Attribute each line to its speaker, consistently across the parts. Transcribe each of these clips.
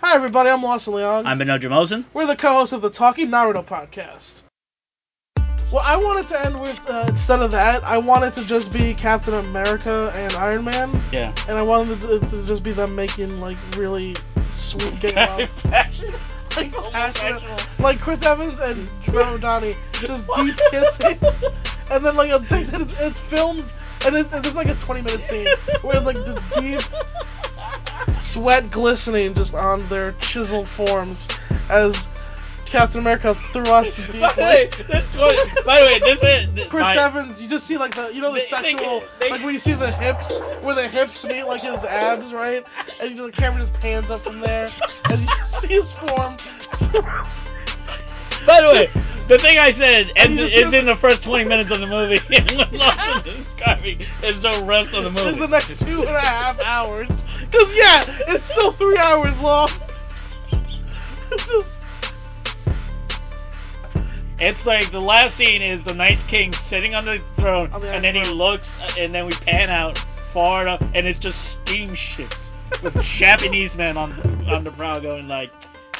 Speaker 1: Hi, everybody. I'm Lawson Leong.
Speaker 2: I'm Benno Jamosin.
Speaker 1: We're the co-hosts of the Talking Naruto podcast. Well, I wanted to end with uh, instead of that, I wanted to just be Captain America and Iron Man,
Speaker 2: Yeah.
Speaker 1: and I wanted to, uh, to just be them making like really sweet gay love,
Speaker 2: Passion.
Speaker 1: like passionate,
Speaker 2: Homosexual.
Speaker 1: like Chris Evans and Robert Downey just deep kissing, and then like it's, it's, it's filmed and it's, it's like a 20 minute scene where like the deep sweat glistening just on their chiseled forms as Captain America thrusts deeply.
Speaker 2: By the way, this twi- by the way, this is th-
Speaker 1: Chris
Speaker 2: my-
Speaker 1: Evans, you just see like the you know the
Speaker 2: They- they-
Speaker 1: sexual
Speaker 2: they-
Speaker 1: like when you see the hips where the hips meet like his abs, right? And you know, the camera just pans up from there as you just see his form.
Speaker 2: By the way, the thing I said and
Speaker 1: you
Speaker 2: is
Speaker 1: just
Speaker 2: in the first 20 minutes of the movie, and what Lawson is describing is the rest of the
Speaker 1: This is
Speaker 2: movie.
Speaker 1: the next two and a half hours. Cause yeah, it's still three hours long. It's just-
Speaker 2: It's like the last scene is the Night King sitting on the throne,
Speaker 1: On the
Speaker 2: and then he
Speaker 1: throne.
Speaker 2: looks, and then we pan out far enough, and it's just steam ships with Japanese men on on the prow going like,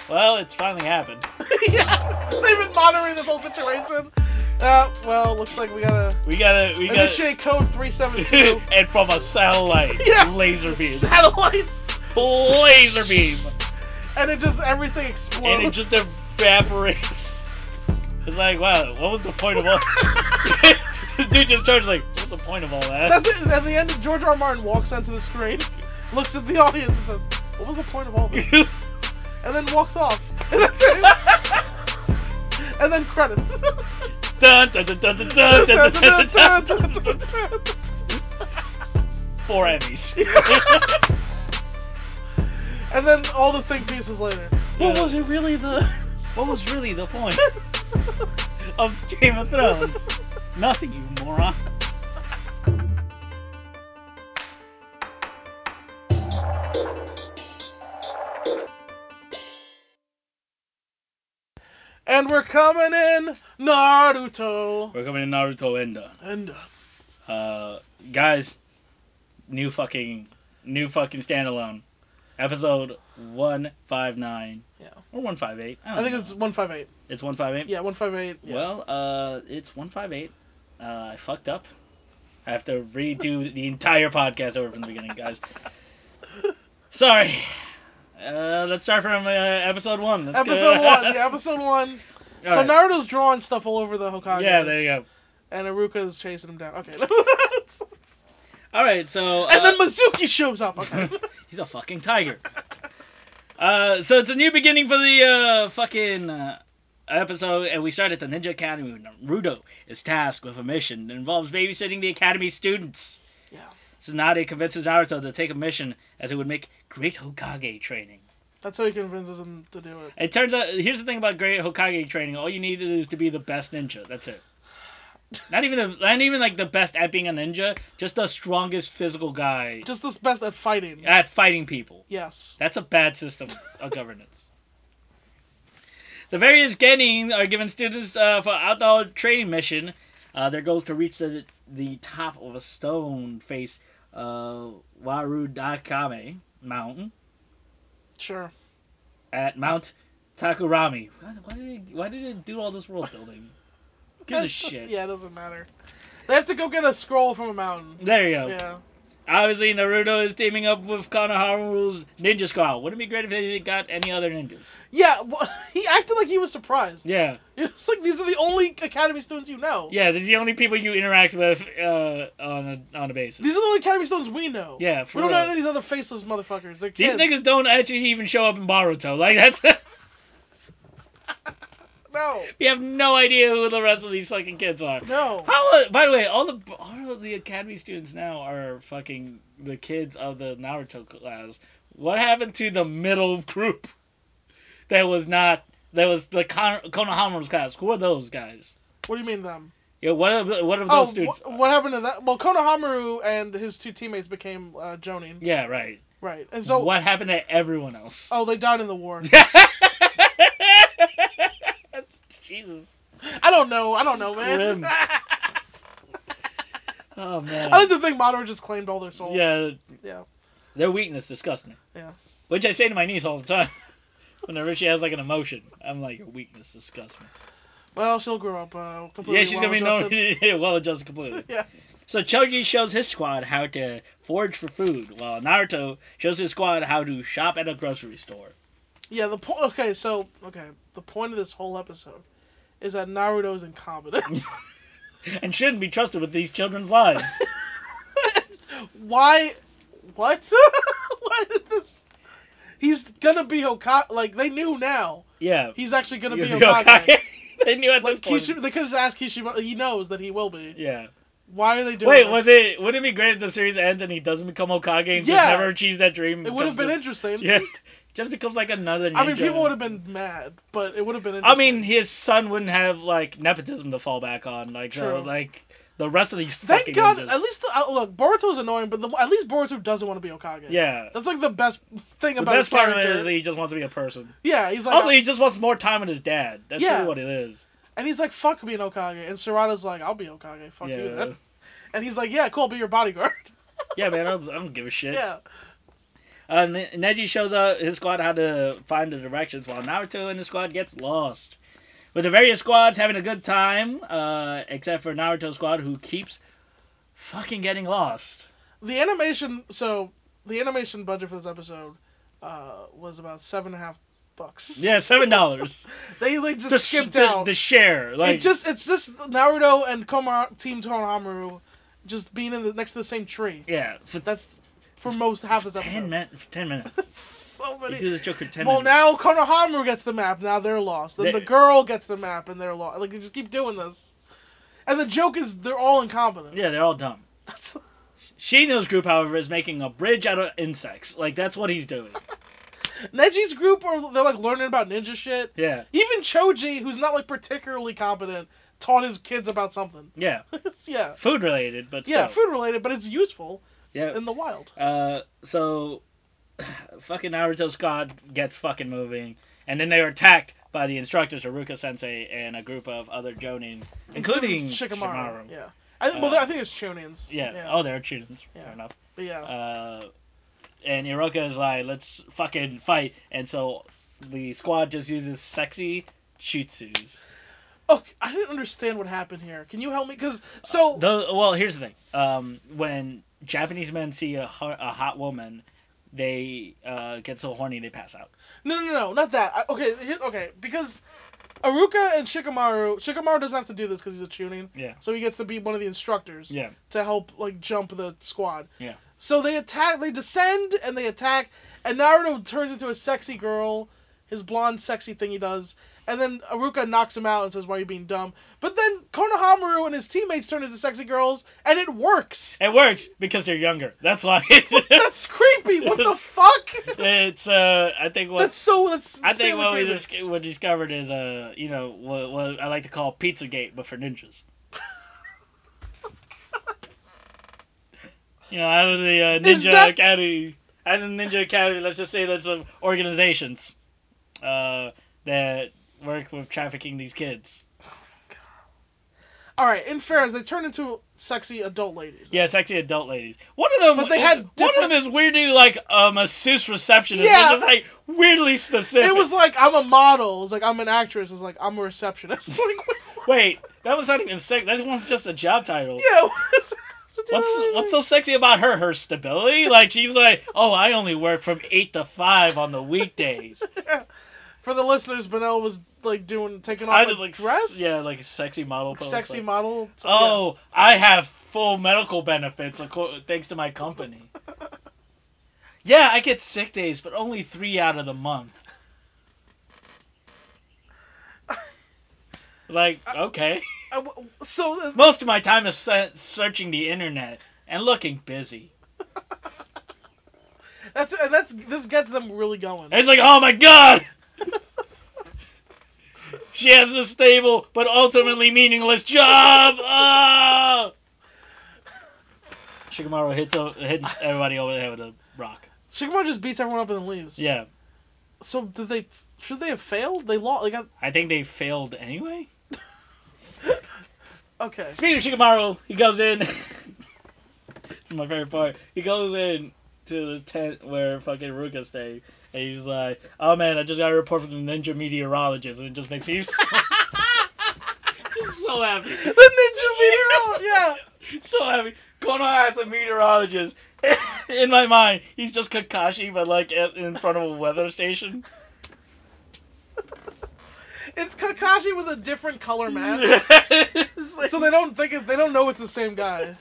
Speaker 2: "Well, it's finally happened."
Speaker 1: yeah, they've been monitoring this whole situation. Uh, well, looks like we gotta
Speaker 2: We gotta, we gotta,
Speaker 1: initiate code 372.
Speaker 2: and from a satellite,
Speaker 1: Yeah.
Speaker 2: laser beam,
Speaker 1: Satellites,
Speaker 2: laser beam,
Speaker 1: and it just everything explodes.
Speaker 2: and it just evaporates. It's like, wow, what was the point of all? Dude just turns like, what's the point of all that?
Speaker 1: That's it. At the end, George R. R. Martin walks onto the screen, looks at the audience, and says, "What was the point of all this?" and then walks off. And that's it. and then credits.
Speaker 2: Dun, dun, dun, dun, dun, dun, dun, dun, dun, dun, dun, dun. Four Emmys.
Speaker 1: and then all the think pieces later. What
Speaker 2: Yeah.
Speaker 1: was it really the?
Speaker 2: what was really the point of Game of Thrones? Nothing, you moron.
Speaker 1: and we're coming in Naruto.
Speaker 2: We're coming to Naruto Enda.
Speaker 1: And uh,
Speaker 2: Uh, guys, new fucking, new fucking standalone, episode one five nine.
Speaker 1: Yeah.
Speaker 2: Or one five eight. I,
Speaker 1: I
Speaker 2: don't
Speaker 1: think
Speaker 2: know.
Speaker 1: it's 158.
Speaker 2: it's one five eight.
Speaker 1: Yeah, 158. Yeah.
Speaker 2: Well, uh, it's one five eight. Uh, I fucked up. I have to redo the entire podcast over from the beginning, guys. Sorry. Uh, let's start from uh, episode one. Let's go-
Speaker 1: episode one. Yeah, episode one.
Speaker 2: All
Speaker 1: so
Speaker 2: right.
Speaker 1: Naruto's drawing stuff all over the Hokage.
Speaker 2: yeah, there you go.
Speaker 1: And Iruka's chasing him down. Okay.
Speaker 2: All right, so uh,
Speaker 1: and then Mizuki shows up. Okay.
Speaker 2: He's a fucking tiger. Uh, so it's a new beginning for the uh, fucking uh, episode, and we start at the Ninja Academy. when Naruto is tasked with a mission that involves babysitting the academy students.
Speaker 1: Yeah.
Speaker 2: Tsunade convinces Naruto to take a mission as it would make Great Hokage training.
Speaker 1: That's how he convinces him to do it.
Speaker 2: It turns out here's the thing about Great Hokage training: all you need is to be the best ninja. That's it. Not even the, not even like the best at being a ninja, just the strongest physical guy
Speaker 1: Just this best at fighting.
Speaker 2: at fighting people.
Speaker 1: Yes.
Speaker 2: That's a bad system of governance. The various genin are given students uh, for outdoor training mission. Uh, their goal is to reach the, the top of a stone face uh, Warudakame mountain
Speaker 1: Sure.
Speaker 2: at Mount Takurami. Why, why, did, why did it do all this world building? Gives a shit.
Speaker 1: Yeah, it doesn't matter. They have to go get a scroll from a mountain.
Speaker 2: There you go.
Speaker 1: Yeah.
Speaker 2: Obviously, Naruto is teaming up with Konoharu's ninja squad. Wouldn't it be great if they got any other ninjas?
Speaker 1: Yeah. wh- he acted like he was surprised.
Speaker 2: Yeah.
Speaker 1: It's like these are the only academy students you know.
Speaker 2: Yeah, these are the only people you interact with uh, on a on a basis.
Speaker 1: These are the only academy students we know.
Speaker 2: yeah, for
Speaker 1: We don't know any
Speaker 2: real.
Speaker 1: of these other faceless motherfuckers. They're
Speaker 2: These
Speaker 1: kids.
Speaker 2: niggas don't actually even show up in Baruto. Like that's
Speaker 1: No.
Speaker 2: we have no idea who the rest of these fucking kids are.
Speaker 1: No.
Speaker 2: How? uh, By the way, all the all of the academy students now are fucking the kids of the Naruto class. What happened to the middle group? That was not. That was the Kon- Konohamaru's class. Who are those guys?
Speaker 1: What do you mean them?
Speaker 2: Yeah, what are the- what are
Speaker 1: Oh,
Speaker 2: those students?
Speaker 1: wh- what happened to that? Well, Konohamaru and his two teammates became uh, Jonin.
Speaker 2: yeah, right.
Speaker 1: Right. And so.
Speaker 2: what happened to everyone else?
Speaker 1: Oh, they died in the war.
Speaker 2: Jesus.
Speaker 1: I don't know. I don't know, man.
Speaker 2: Grim.
Speaker 1: I
Speaker 2: Oh man.
Speaker 1: like to think Madara just claimed all their souls.
Speaker 2: yeah,
Speaker 1: Yeah.
Speaker 2: their weakness disgusts me.
Speaker 1: Yeah.
Speaker 2: Which I say to my niece all the time. Whenever she has like an emotion, I'm like, your weakness disgusts me.
Speaker 1: Well, she'll grow up. Uh, completely
Speaker 2: Yeah, she's gonna be known
Speaker 1: well-adjusted.
Speaker 2: well adjusted completely.
Speaker 1: Yeah.
Speaker 2: So Choji shows his squad how to forage for food, while Naruto shows his squad how to shop at a grocery store.
Speaker 1: Yeah. The point. Okay. So okay. The point of this whole episode is that Naruto's incompetent.
Speaker 2: And shouldn't be trusted with these children's lives.
Speaker 1: Why? What? Why did this? He's gonna be Hokage. Like they knew now.
Speaker 2: Yeah.
Speaker 1: He's actually gonna be
Speaker 2: You're
Speaker 1: Hokage.
Speaker 2: Hokage. they knew at
Speaker 1: Like
Speaker 2: this point.
Speaker 1: Kishi, they could just ask Kishimoto. He knows that he will be.
Speaker 2: Yeah.
Speaker 1: Why are they doing?
Speaker 2: Wait,
Speaker 1: this?
Speaker 2: was it? Would it be great if the series ends and he doesn't become Hokage and just
Speaker 1: Yeah.
Speaker 2: never achieves that dream?
Speaker 1: It would have been
Speaker 2: becomes
Speaker 1: interesting.
Speaker 2: the- Yeah. Just becomes like another. Ninja.
Speaker 1: I mean, people would have been mad, but it would have been.
Speaker 2: I
Speaker 1: Interesting.
Speaker 2: mean, his son wouldn't have like nepotism to fall back on. Like, so,
Speaker 1: True.
Speaker 2: like the rest of these.
Speaker 1: Thank
Speaker 2: fucking
Speaker 1: God.
Speaker 2: ninjas.
Speaker 1: At least the, uh, look, Boruto's annoying, but the, at least Boruto doesn't want to be Okage.
Speaker 2: Yeah.
Speaker 1: that's like the best thing
Speaker 2: The
Speaker 1: about
Speaker 2: best
Speaker 1: his
Speaker 2: part
Speaker 1: character.
Speaker 2: of it is that he just wants to be a person.
Speaker 1: yeah, he's like,
Speaker 2: Also, he just wants more time with his dad. That's
Speaker 1: Yeah.
Speaker 2: really what it is.
Speaker 1: and he's like, fuck being Okage, and Sarada's like, I'll be Okage, fuck you.
Speaker 2: yeah.
Speaker 1: Then. And he's like, yeah, cool, be your bodyguard.
Speaker 2: yeah, man, I don't, I don't give a shit.
Speaker 1: yeah,
Speaker 2: Uh, Ne- Neji shows uh, his squad how to find the directions while Naruto and his squad gets lost. With the various squads having a good time, uh, except for Naruto's squad who keeps fucking getting lost.
Speaker 1: the animation. So the animation budget for this episode uh, was about seven and a half bucks.
Speaker 2: Yeah, seven dollars.
Speaker 1: they like just
Speaker 2: the,
Speaker 1: skipped
Speaker 2: the,
Speaker 1: out.
Speaker 2: the share. Like
Speaker 1: it just it's just Naruto and Komar Team Konohamaru just being in the next to the same tree.
Speaker 2: yeah, for
Speaker 1: That's for most half this episode.
Speaker 2: ten minutes. For ten minutes.
Speaker 1: so
Speaker 2: They
Speaker 1: many.
Speaker 2: do this joke for ten
Speaker 1: well,
Speaker 2: minutes.
Speaker 1: now Konohamaru gets the map. Now they're lost. Then
Speaker 2: They-
Speaker 1: the girl gets the map, and they're lost. Like they just keep doing this. And the joke is they're all incompetent.
Speaker 2: yeah, they're all dumb.
Speaker 1: That's-
Speaker 2: Shino's group, however, is making a bridge out of insects. Like that's what he's doing.
Speaker 1: Neji's group are they're like learning about ninja shit.
Speaker 2: Yeah,
Speaker 1: Even Choji, who's not like particularly competent, taught his kids about something.
Speaker 2: yeah.
Speaker 1: yeah,
Speaker 2: Food related, but
Speaker 1: yeah,
Speaker 2: still.
Speaker 1: food related, but it's useful
Speaker 2: yeah.
Speaker 1: in the wild.
Speaker 2: Uh, so fucking Naruto Scott gets fucking moving, and then they are attacked by the instructors Haruka Sensei and a group of other Jonin, including Shikamaru.
Speaker 1: Shikamaru. Yeah. I, well,
Speaker 2: Uh,
Speaker 1: I think it's Chunins.
Speaker 2: Yeah.
Speaker 1: Yeah.
Speaker 2: Oh, they're Chunins. Fair
Speaker 1: Yeah.
Speaker 2: enough.
Speaker 1: But yeah.
Speaker 2: Uh, and Iroka is like, let's fucking fight, and so the squad just uses sexy jutsus.
Speaker 1: oh, I didn't understand what happened here. Can you help me? Because so
Speaker 2: Though, well, here's the thing. Um, when Japanese men see a, ho- a hot woman, they uh, get so horny they pass out.
Speaker 1: No, no, no, not that. I, okay, here, okay, because Aruka and Shikamaru, Shikamaru doesn't have to do this because he's a tuning.
Speaker 2: Yeah.
Speaker 1: So he gets to be one of the instructors.
Speaker 2: Yeah.
Speaker 1: To help like jump the squad.
Speaker 2: Yeah.
Speaker 1: So they attack, they descend, and they attack, and Naruto turns into a sexy girl, his blonde sexy thing he does, and then Aruka knocks him out and says, "Why are you being dumb?" But then Konohamaru and his teammates turn into sexy girls, and it works.
Speaker 2: It works because they're younger. That's why.
Speaker 1: That's creepy. What the fuck?
Speaker 2: it's uh, I think what
Speaker 1: That's so. That's.
Speaker 2: I think
Speaker 1: insanely
Speaker 2: what we
Speaker 1: creepy.
Speaker 2: dis- what discovered is uh, you know, what, what I like to call Pizzagate, but for ninjas. you know, out of the uh,
Speaker 1: Is
Speaker 2: ninja
Speaker 1: that-
Speaker 2: academy, out of the ninja academy, let's just say there's some organizations uh, that work with trafficking these kids.
Speaker 1: All right. In fairness, they turned into sexy adult ladies.
Speaker 2: Yeah, sexy adult ladies. One of them,
Speaker 1: But they had
Speaker 2: one of
Speaker 1: different-
Speaker 2: them is weirdly like um, a masseuse receptionist. They're
Speaker 1: Yeah.
Speaker 2: just like weirdly specific.
Speaker 1: It was like I'm a model. It's like I'm an actress. It's like I'm a receptionist. Like, what-
Speaker 2: Wait, that was not even sex. That one's just a job title.
Speaker 1: yeah. What's
Speaker 2: What's what's so sexy about her? Her stability? Like she's like, oh, I only work from eight to five on the weekdays.
Speaker 1: For the listeners, Benel was like doing taking off
Speaker 2: I
Speaker 1: a
Speaker 2: did like s-
Speaker 1: dress.
Speaker 2: Yeah, like sexy model. pose,
Speaker 1: Sexy
Speaker 2: like,
Speaker 1: model. So,
Speaker 2: Oh, I have full medical benefits acco- thanks to my company. yeah, I get sick days, but only three out of the month. Like okay,
Speaker 1: yeah. I w- So uh,
Speaker 2: most of my time is se- searching the internet and looking busy.
Speaker 1: that's and that's this gets them really going.
Speaker 2: And it's like, oh my god! she has a stable but ultimately meaningless job! Ah! Shikamaru hits, o- hits everybody over the head with a rock.
Speaker 1: Shikamaru just beats everyone up and then leaves.
Speaker 2: Yeah.
Speaker 1: So did they? Should they have failed? They lost. They got
Speaker 2: I think they failed anyway.
Speaker 1: okay.
Speaker 2: Speaking of Shikamaru, he goes in. it's my favorite part. He goes in to the tent where fucking Ruka's staying, And he's like, "Oh man, I just got a report from the ninja meteorologist," and it just makes me so, just so happy.
Speaker 1: The ninja meteorologist. Yeah.
Speaker 2: So happy. Konoha has a meteorologist. In my mind, he's just Kakashi, but like at- in front of a weather station.
Speaker 1: It's Kakashi with a different color mask.
Speaker 2: It's like-
Speaker 1: so they don't think it, they don't know it's the same guy.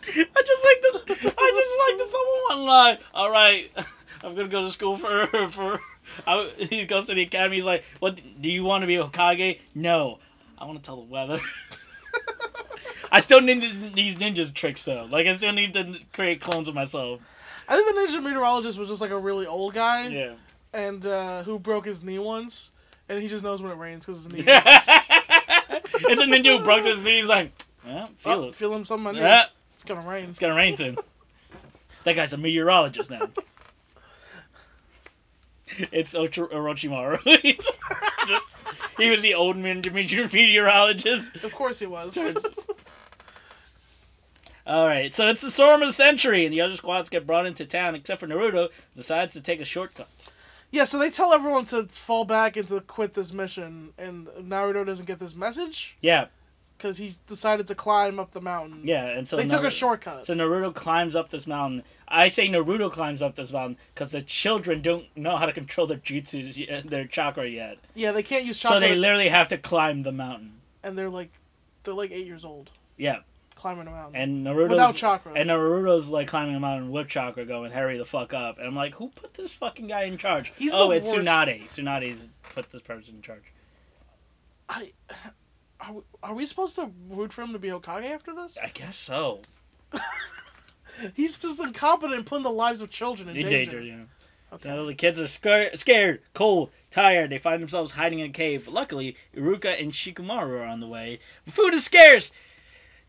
Speaker 2: I just like the I just like the someone line. All right, I'm gonna go to school for for. I, he goes to the academy. He's like, "What do you want to be Hokage?" No, I want to tell the weather. I still need th- these ninja tricks though. Like I still need to n- create clones of myself.
Speaker 1: I think the ninja meteorologist was just like a really old guy
Speaker 2: Yeah.
Speaker 1: and uh, who broke his knee once, and he just knows when it rains because his knee.
Speaker 2: it's a ninja who broke his knee. He's like, "Yeah, feel
Speaker 1: Oh,
Speaker 2: it.
Speaker 1: feel him some money.
Speaker 2: Yeah,
Speaker 1: It's gonna rain.
Speaker 2: it's gonna rain soon." That guy's a meteorologist now. It's Ocho- Orochimaru. He was the old ninja meteor- meteorologist.
Speaker 1: of course he was.
Speaker 2: Turns- All right, so it's the storm of the century, and the other squads get brought into town, except for Naruto, who decides to take a shortcut.
Speaker 1: yeah, so they tell everyone to fall back and to quit this mission, and Naruto doesn't get this message
Speaker 2: Yeah,
Speaker 1: because he decided to climb up the mountain.
Speaker 2: yeah, and so
Speaker 1: they took a
Speaker 2: Naruto-
Speaker 1: shortcut.
Speaker 2: So Naruto climbs up this mountain. I say Naruto climbs up this mountain because the children don't know how to control their jutsus, y- their chakra yet,
Speaker 1: yeah, they can't use
Speaker 2: so
Speaker 1: chakra,
Speaker 2: they literally have to climb the mountain.
Speaker 1: and they're like, they're like eight years old.
Speaker 2: Yeah.
Speaker 1: climbing a mountain
Speaker 2: And Naruto's
Speaker 1: without chakra.
Speaker 2: and Naruto's like climbing the mountain with chakra, going hurry the fuck up. And I'm like, who put this fucking guy in charge?
Speaker 1: He's
Speaker 2: oh,
Speaker 1: the
Speaker 2: it's
Speaker 1: worst.
Speaker 2: Tsunade. Tsunade's put this person in charge.
Speaker 1: I, are we, are we supposed to root for him to be Hokage after this?
Speaker 2: I guess so.
Speaker 1: He's just incompetent, in putting the lives of children in
Speaker 2: In
Speaker 1: danger.
Speaker 2: danger, yeah.
Speaker 1: Okay.
Speaker 2: So the kids are scar- scared, cold, tired. They find themselves hiding in a cave. Luckily, Iruka and Shikamaru are on the way. Food is scarce.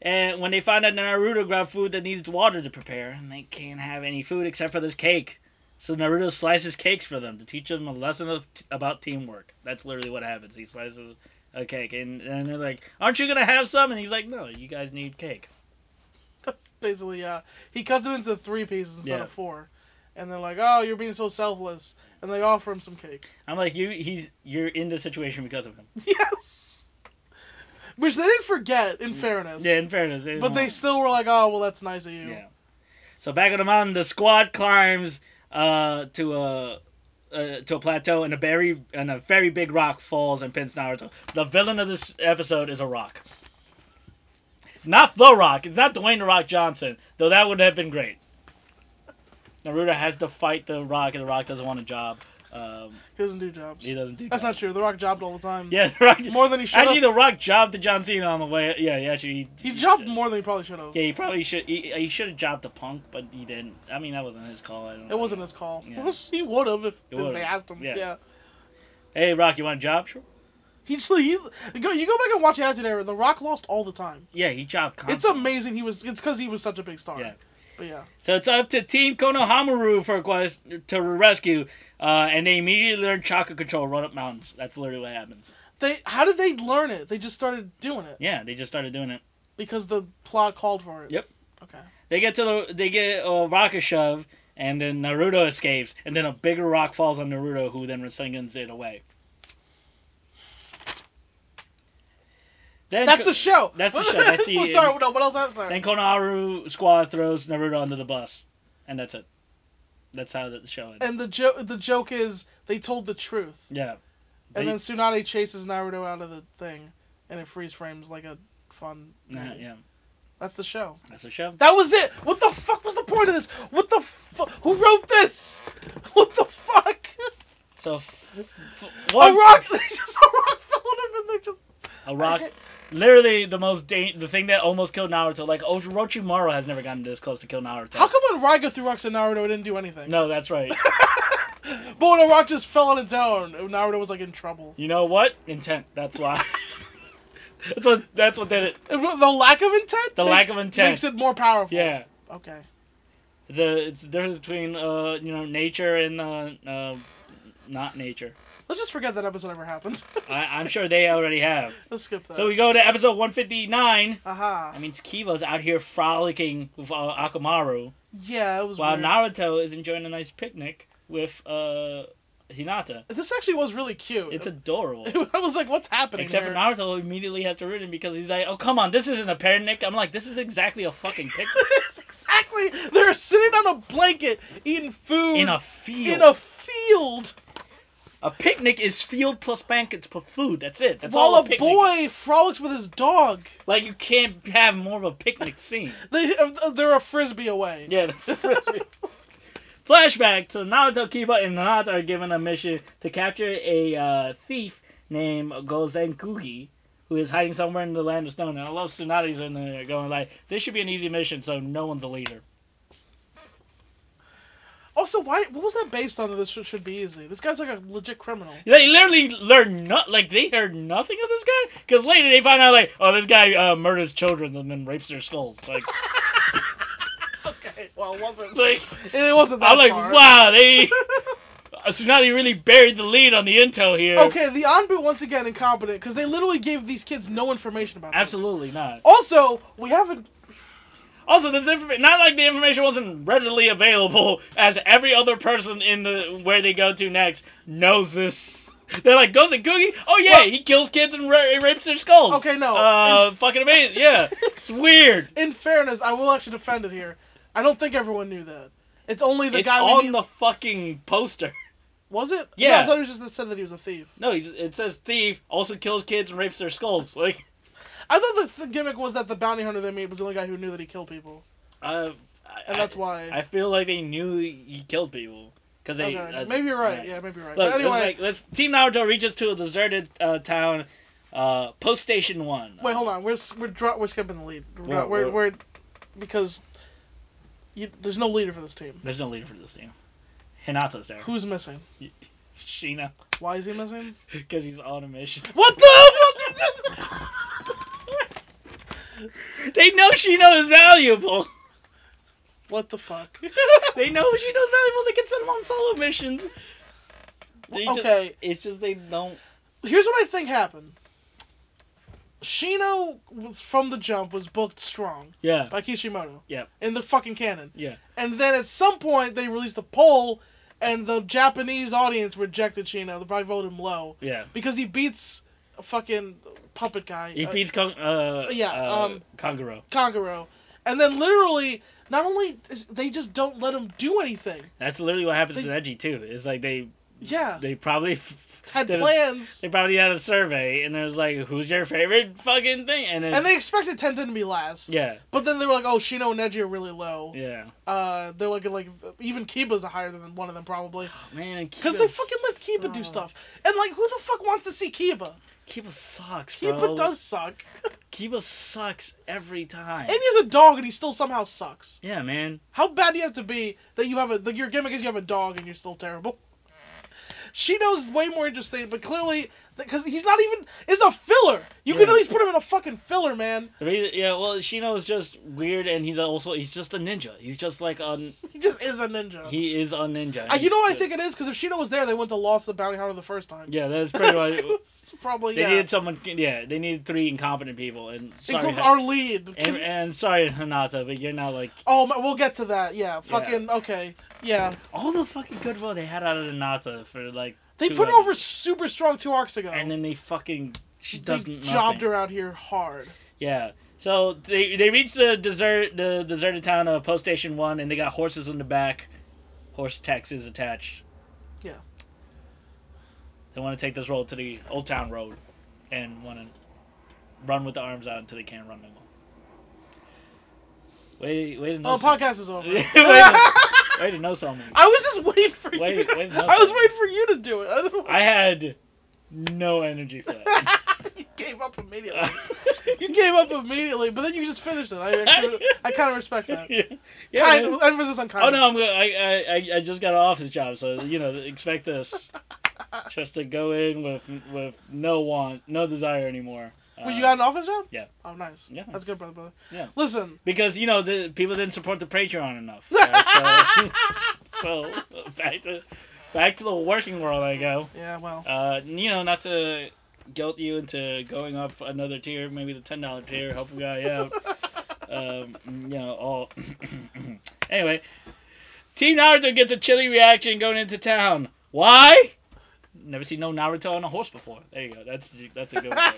Speaker 2: And when they find out that Naruto grabbed food that needs water to prepare, and they can't have any food except for this cake. So Naruto slices cakes for them to teach them a lesson of about teamwork. That's literally what happens. He slices a cake, and, and they're like, "Aren't you gonna have some?" And he's like, "No, you guys need cake."
Speaker 1: Basically, yeah. He cuts it into three pieces instead
Speaker 2: Yeah.
Speaker 1: of four. And they're like, oh, you're being so selfless. And they offer him some cake.
Speaker 2: I'm like, "You, he's, you're in this situation because of him."
Speaker 1: Yes! Which they didn't forget, in fairness.
Speaker 2: Mm. Yeah, in fairness. didn't
Speaker 1: but they
Speaker 2: want-
Speaker 1: still were like, oh, well, that's nice of you.
Speaker 2: Yeah. So back on the mountain, the squad climbs uh, to a uh, to a plateau, and a very and a very big rock falls and pins Naruto. The villain of this episode is a rock. Not the Rock. It's not Dwayne the Rock Johnson, though that would have been great. Naruto has to fight the Rock, and the Rock doesn't want a job. Um,
Speaker 1: He doesn't do jobs.
Speaker 2: he doesn't do.
Speaker 1: That's not
Speaker 2: jobs.
Speaker 1: true. The Rock jobbed all the time.
Speaker 2: Yeah, the Rock.
Speaker 1: More than he should
Speaker 2: Actually,
Speaker 1: have.
Speaker 2: the Rock jobbed to John Cena on the way. Yeah, he actually.
Speaker 1: He jobbed more than he probably should have.
Speaker 2: Yeah, he probably should. He, he should have jobbed the punk, but he didn't. I mean, that wasn't his call. I don't know.
Speaker 1: It wasn't his call.
Speaker 2: Yeah.
Speaker 1: he would have if, if
Speaker 2: would've.
Speaker 1: they asked him.
Speaker 2: Yeah.
Speaker 1: yeah.
Speaker 2: Hey, Rock, you want a job? Sure.
Speaker 1: He, just- he go you go back and watch the Attitude Era. The Rock lost all the time.
Speaker 2: Yeah, he jobbed.
Speaker 1: It's
Speaker 2: constantly.
Speaker 1: amazing he was. It's because he was such a big star.
Speaker 2: Yeah.
Speaker 1: But yeah,
Speaker 2: So it's up to Team Konohamaru for a quest to rescue, uh, and they immediately learn chakra control, run up mountains. That's literally what happens.
Speaker 1: they how did they learn it? They just started doing it
Speaker 2: Yeah, they just started doing it.
Speaker 1: because the plot called for it.
Speaker 2: Yep.
Speaker 1: Okay.
Speaker 2: They get to the, they get a rocket shove, and then Naruto escapes, and then a bigger rock falls on Naruto, who then resingans it away. Then
Speaker 1: That's
Speaker 2: Ko-
Speaker 1: the show.
Speaker 2: That's the show. That's the.
Speaker 1: Well, sorry, no, what else? I'm sorry.
Speaker 2: Then Konoharu squad throws Naruto under the bus, and that's it. That's how the show ends.
Speaker 1: and the joke the joke is they told the truth,
Speaker 2: yeah.
Speaker 1: and
Speaker 2: They-
Speaker 1: then Tsunade chases Naruto out of the thing, and it freeze frames like a fun.
Speaker 2: Nah,
Speaker 1: movie.
Speaker 2: yeah,
Speaker 1: That's the show.
Speaker 2: that's the show.
Speaker 1: That was it. What the fuck was the point of this? What the fuck? Who wrote this? What the fuck?
Speaker 2: So, f- f- one,
Speaker 1: A rock. They just a rock fell on him, and they just.
Speaker 2: a rock- literally the most da- the thing that almost killed Naruto. Like O- Orochimaru has never gotten this close to kill Naruto.
Speaker 1: How come when Raiga threw rocks at Naruto, it didn't do anything?
Speaker 2: No, that's right.
Speaker 1: But when a rock just fell on its own, Naruto was like in trouble.
Speaker 2: You know what? Intent. That's why. that's what. That's what did it.
Speaker 1: And The lack of intent.
Speaker 2: The lack of intent.
Speaker 1: makes it more powerful.
Speaker 2: Yeah.
Speaker 1: Okay.
Speaker 2: The it's the difference between uh you know nature and uh, uh not nature.
Speaker 1: Let's just forget that episode ever happened.
Speaker 2: I, I'm sure they already have.
Speaker 1: Let's skip that.
Speaker 2: So we go to episode 159.
Speaker 1: Aha.
Speaker 2: I mean, Kiva's out here frolicking with uh, Akamaru,
Speaker 1: yeah, it was
Speaker 2: while
Speaker 1: weird.
Speaker 2: Naruto is enjoying a nice picnic with uh Hinata.
Speaker 1: This actually was really cute.
Speaker 2: It's adorable.
Speaker 1: I was like, what's happening?
Speaker 2: Except for
Speaker 1: here?
Speaker 2: Naruto, who immediately has to ruin him because he's like, "Oh come on, this isn't a pear, Nick." I'm like, "This is exactly a fucking picnic
Speaker 1: It's exactly. They're sitting on a blanket eating food
Speaker 2: in a field.
Speaker 1: in a field
Speaker 2: A picnic is field plus blankets plus food. That's it. That's
Speaker 1: while
Speaker 2: all
Speaker 1: a
Speaker 2: a picnic.
Speaker 1: boy frolics with his dog.
Speaker 2: Like you can't have more of a picnic scene.
Speaker 1: They uh, they're a frisbee away.
Speaker 2: Yeah, the frisbee. Flashback to Naruto, Kiba, and Hinata are given a mission to capture a uh, thief named Gozenkugi, who is hiding somewhere in the land of stone. And I love Tsunade's in there going like, "This should be an easy mission, so no one's a leader."
Speaker 1: Also, why? What was that based on? That this should, should be easy. This guy's like a legit criminal.
Speaker 2: They literally learn not like they heard nothing of this guy because later they find out like, "Oh, this guy uh, murders children and then rapes their skulls." Like,
Speaker 1: okay, well, it wasn't.
Speaker 2: like
Speaker 1: It wasn't that
Speaker 2: I'm like,
Speaker 1: far.
Speaker 2: "Wow, they." Tsunade really buried the lead on the intel here.
Speaker 1: Okay, the Anbu once again incompetent because they literally gave these kids no information about this.
Speaker 2: Absolutely not.
Speaker 1: Also, we haven't.
Speaker 2: Also, this information not like the information wasn't readily available, as every other person in the where they go to next knows this. They're like, goes and Googie? Oh yeah,
Speaker 1: Well-
Speaker 2: he kills kids and ra- rapes their skulls.
Speaker 1: Okay, no.
Speaker 2: Uh, fucking amazing. Yeah, it's weird.
Speaker 1: In fairness, I will actually defend it here. I don't think everyone knew that. It's only the
Speaker 2: it's
Speaker 1: guy
Speaker 2: on
Speaker 1: we meet.
Speaker 2: the fucking poster.
Speaker 1: Was it?
Speaker 2: Yeah.
Speaker 1: No, I thought it was just that said that he was a thief.
Speaker 2: No, he's, it says thief also kills kids and rapes their skulls. Like,
Speaker 1: I thought the th- gimmick was that the bounty hunter they made was the only guy who knew that he killed people,
Speaker 2: uh,
Speaker 1: and that's why.
Speaker 2: I feel like they knew he killed people because they.
Speaker 1: okay.
Speaker 2: uh,
Speaker 1: maybe you're right.
Speaker 2: right.
Speaker 1: Yeah, maybe you're right.
Speaker 2: Look,
Speaker 1: but anyway,
Speaker 2: it's like, let's Team Naruto reaches to a deserted uh, town, uh, post station one.
Speaker 1: wait, hold on. We're s- we're dro- we're skipping the lead. We're
Speaker 2: Well,
Speaker 1: dro- we're,
Speaker 2: well-
Speaker 1: we're because you, there's no leader for this team.
Speaker 2: There's no leader for this team. Hinata's there.
Speaker 1: Who's missing?
Speaker 2: Sheena?
Speaker 1: Why is he missing?
Speaker 2: Because he's on a mission.
Speaker 1: What the?
Speaker 2: They know Sheena is valuable.
Speaker 1: what the fuck?
Speaker 2: They know Sheena's valuable. They can send him on solo missions. They ju-
Speaker 1: Okay.
Speaker 2: it's just they don't.
Speaker 1: Here's what I think happened. Shino was- from the jump was booked strong
Speaker 2: Yeah.
Speaker 1: by Kishimoto.
Speaker 2: Yep.
Speaker 1: In the fucking canon.
Speaker 2: Yeah.
Speaker 1: And then at some point they released a poll, and the Japanese audience rejected Shino. They probably voted him low
Speaker 2: Yeah.
Speaker 1: because he beats a fucking puppet guy.
Speaker 2: He
Speaker 1: uh,
Speaker 2: beats Kong, uh,
Speaker 1: yeah,
Speaker 2: uh,
Speaker 1: um,
Speaker 2: Kaguro.
Speaker 1: Kaguro. And then literally, not only is, they just don't let him do anything.
Speaker 2: That's literally what happens
Speaker 1: they-
Speaker 2: to Neji too. It's like they
Speaker 1: Yeah,
Speaker 2: they probably
Speaker 1: had
Speaker 2: did a-
Speaker 1: plans,
Speaker 2: They probably had a survey and it was like, "Who's your favorite fucking thing?" And then
Speaker 1: and they expected Tenten to be last.
Speaker 2: yeah,
Speaker 1: But then they were like, "Oh, Shino and Neji are really low."
Speaker 2: yeah,
Speaker 1: Uh, they're like like even Kiba's higher than one of them probably
Speaker 2: man,
Speaker 1: because they fucking let Kiba
Speaker 2: Oh.
Speaker 1: do stuff. And like, who the fuck wants to see Kiba?
Speaker 2: Kiba sucks, bro.
Speaker 1: Kiba does suck,
Speaker 2: Kiba sucks every time.
Speaker 1: and he has a dog, and he still somehow sucks.
Speaker 2: Yeah, man.
Speaker 1: How bad do you have to be that you have a that your gimmick is you have a dog and you're still terrible? She knows way more interesting, but clearly because he's not even is a filler. You can
Speaker 2: Yeah.
Speaker 1: at least put him in a fucking filler, man.
Speaker 2: The reason- yeah, well, Shino is just weird, and he's also he's just a ninja. He's just like a
Speaker 1: He just is a ninja.
Speaker 2: he is a ninja.
Speaker 1: Uh, you know what I think it is? Because if Shino was there, they wouldn't have lost the bounty hunter the first time.
Speaker 2: Yeah, that's pretty much.
Speaker 1: probably
Speaker 2: They
Speaker 1: yeah.
Speaker 2: needed someone. Yeah, they needed three incompetent people, and sorry,
Speaker 1: Include our lead.
Speaker 2: and, and sorry, Hanata, but you're not like
Speaker 1: Oh, my, we'll get to that. Yeah, fucking okay. Yeah,
Speaker 2: all the fucking goodwill they had out of Hanata for like
Speaker 1: they
Speaker 2: Two
Speaker 1: put her
Speaker 2: others.
Speaker 1: over super strong two arcs ago.
Speaker 2: and then they fucking she doesn't
Speaker 1: they jobbed
Speaker 2: nothing.
Speaker 1: her out here hard.
Speaker 2: Yeah. So they they reach the desert the deserted town of Post Station One, and they got horses in the back, horse taxis attached.
Speaker 1: Yeah.
Speaker 2: They want to take this road to the Old Town Road, and want to run with the arms out until they can't run no more. Wait, wait to know.
Speaker 1: Oh,
Speaker 2: some-
Speaker 1: podcast is over.
Speaker 2: Wait
Speaker 1: I
Speaker 2: Way to know something.
Speaker 1: was just waiting for you.
Speaker 2: Wait, wait,
Speaker 1: I was
Speaker 2: nothing.
Speaker 1: waiting for you to do it. I, don't...
Speaker 2: I had no energy for that.
Speaker 1: you gave up immediately. you gave up immediately, but then you just finished it. I actually, I kind of respect that.
Speaker 2: yeah,
Speaker 1: kind,
Speaker 2: man.
Speaker 1: emphasis on kind.
Speaker 2: Oh no, I'm gonna, I, I I- I just got an office job, so you know expect this. just to go in with with no want, no desire anymore.
Speaker 1: Wait, you
Speaker 2: Uh,
Speaker 1: got an office job?
Speaker 2: yeah.
Speaker 1: Oh, nice.
Speaker 2: Yeah.
Speaker 1: That's good, brother, brother.
Speaker 2: Yeah.
Speaker 1: Listen.
Speaker 2: because you know the people didn't support the Patreon enough. uh, so so back to back to the working world I go.
Speaker 1: Yeah, well.
Speaker 2: Uh, you know, not to guilt you into going up another tier, maybe the ten dollar tier, help a guy out. um, you know, all. anyway, Team Naruto gets a chilly reaction going into town. Why? Never seen no Naruto on a horse before. There you go. That's that's a good one.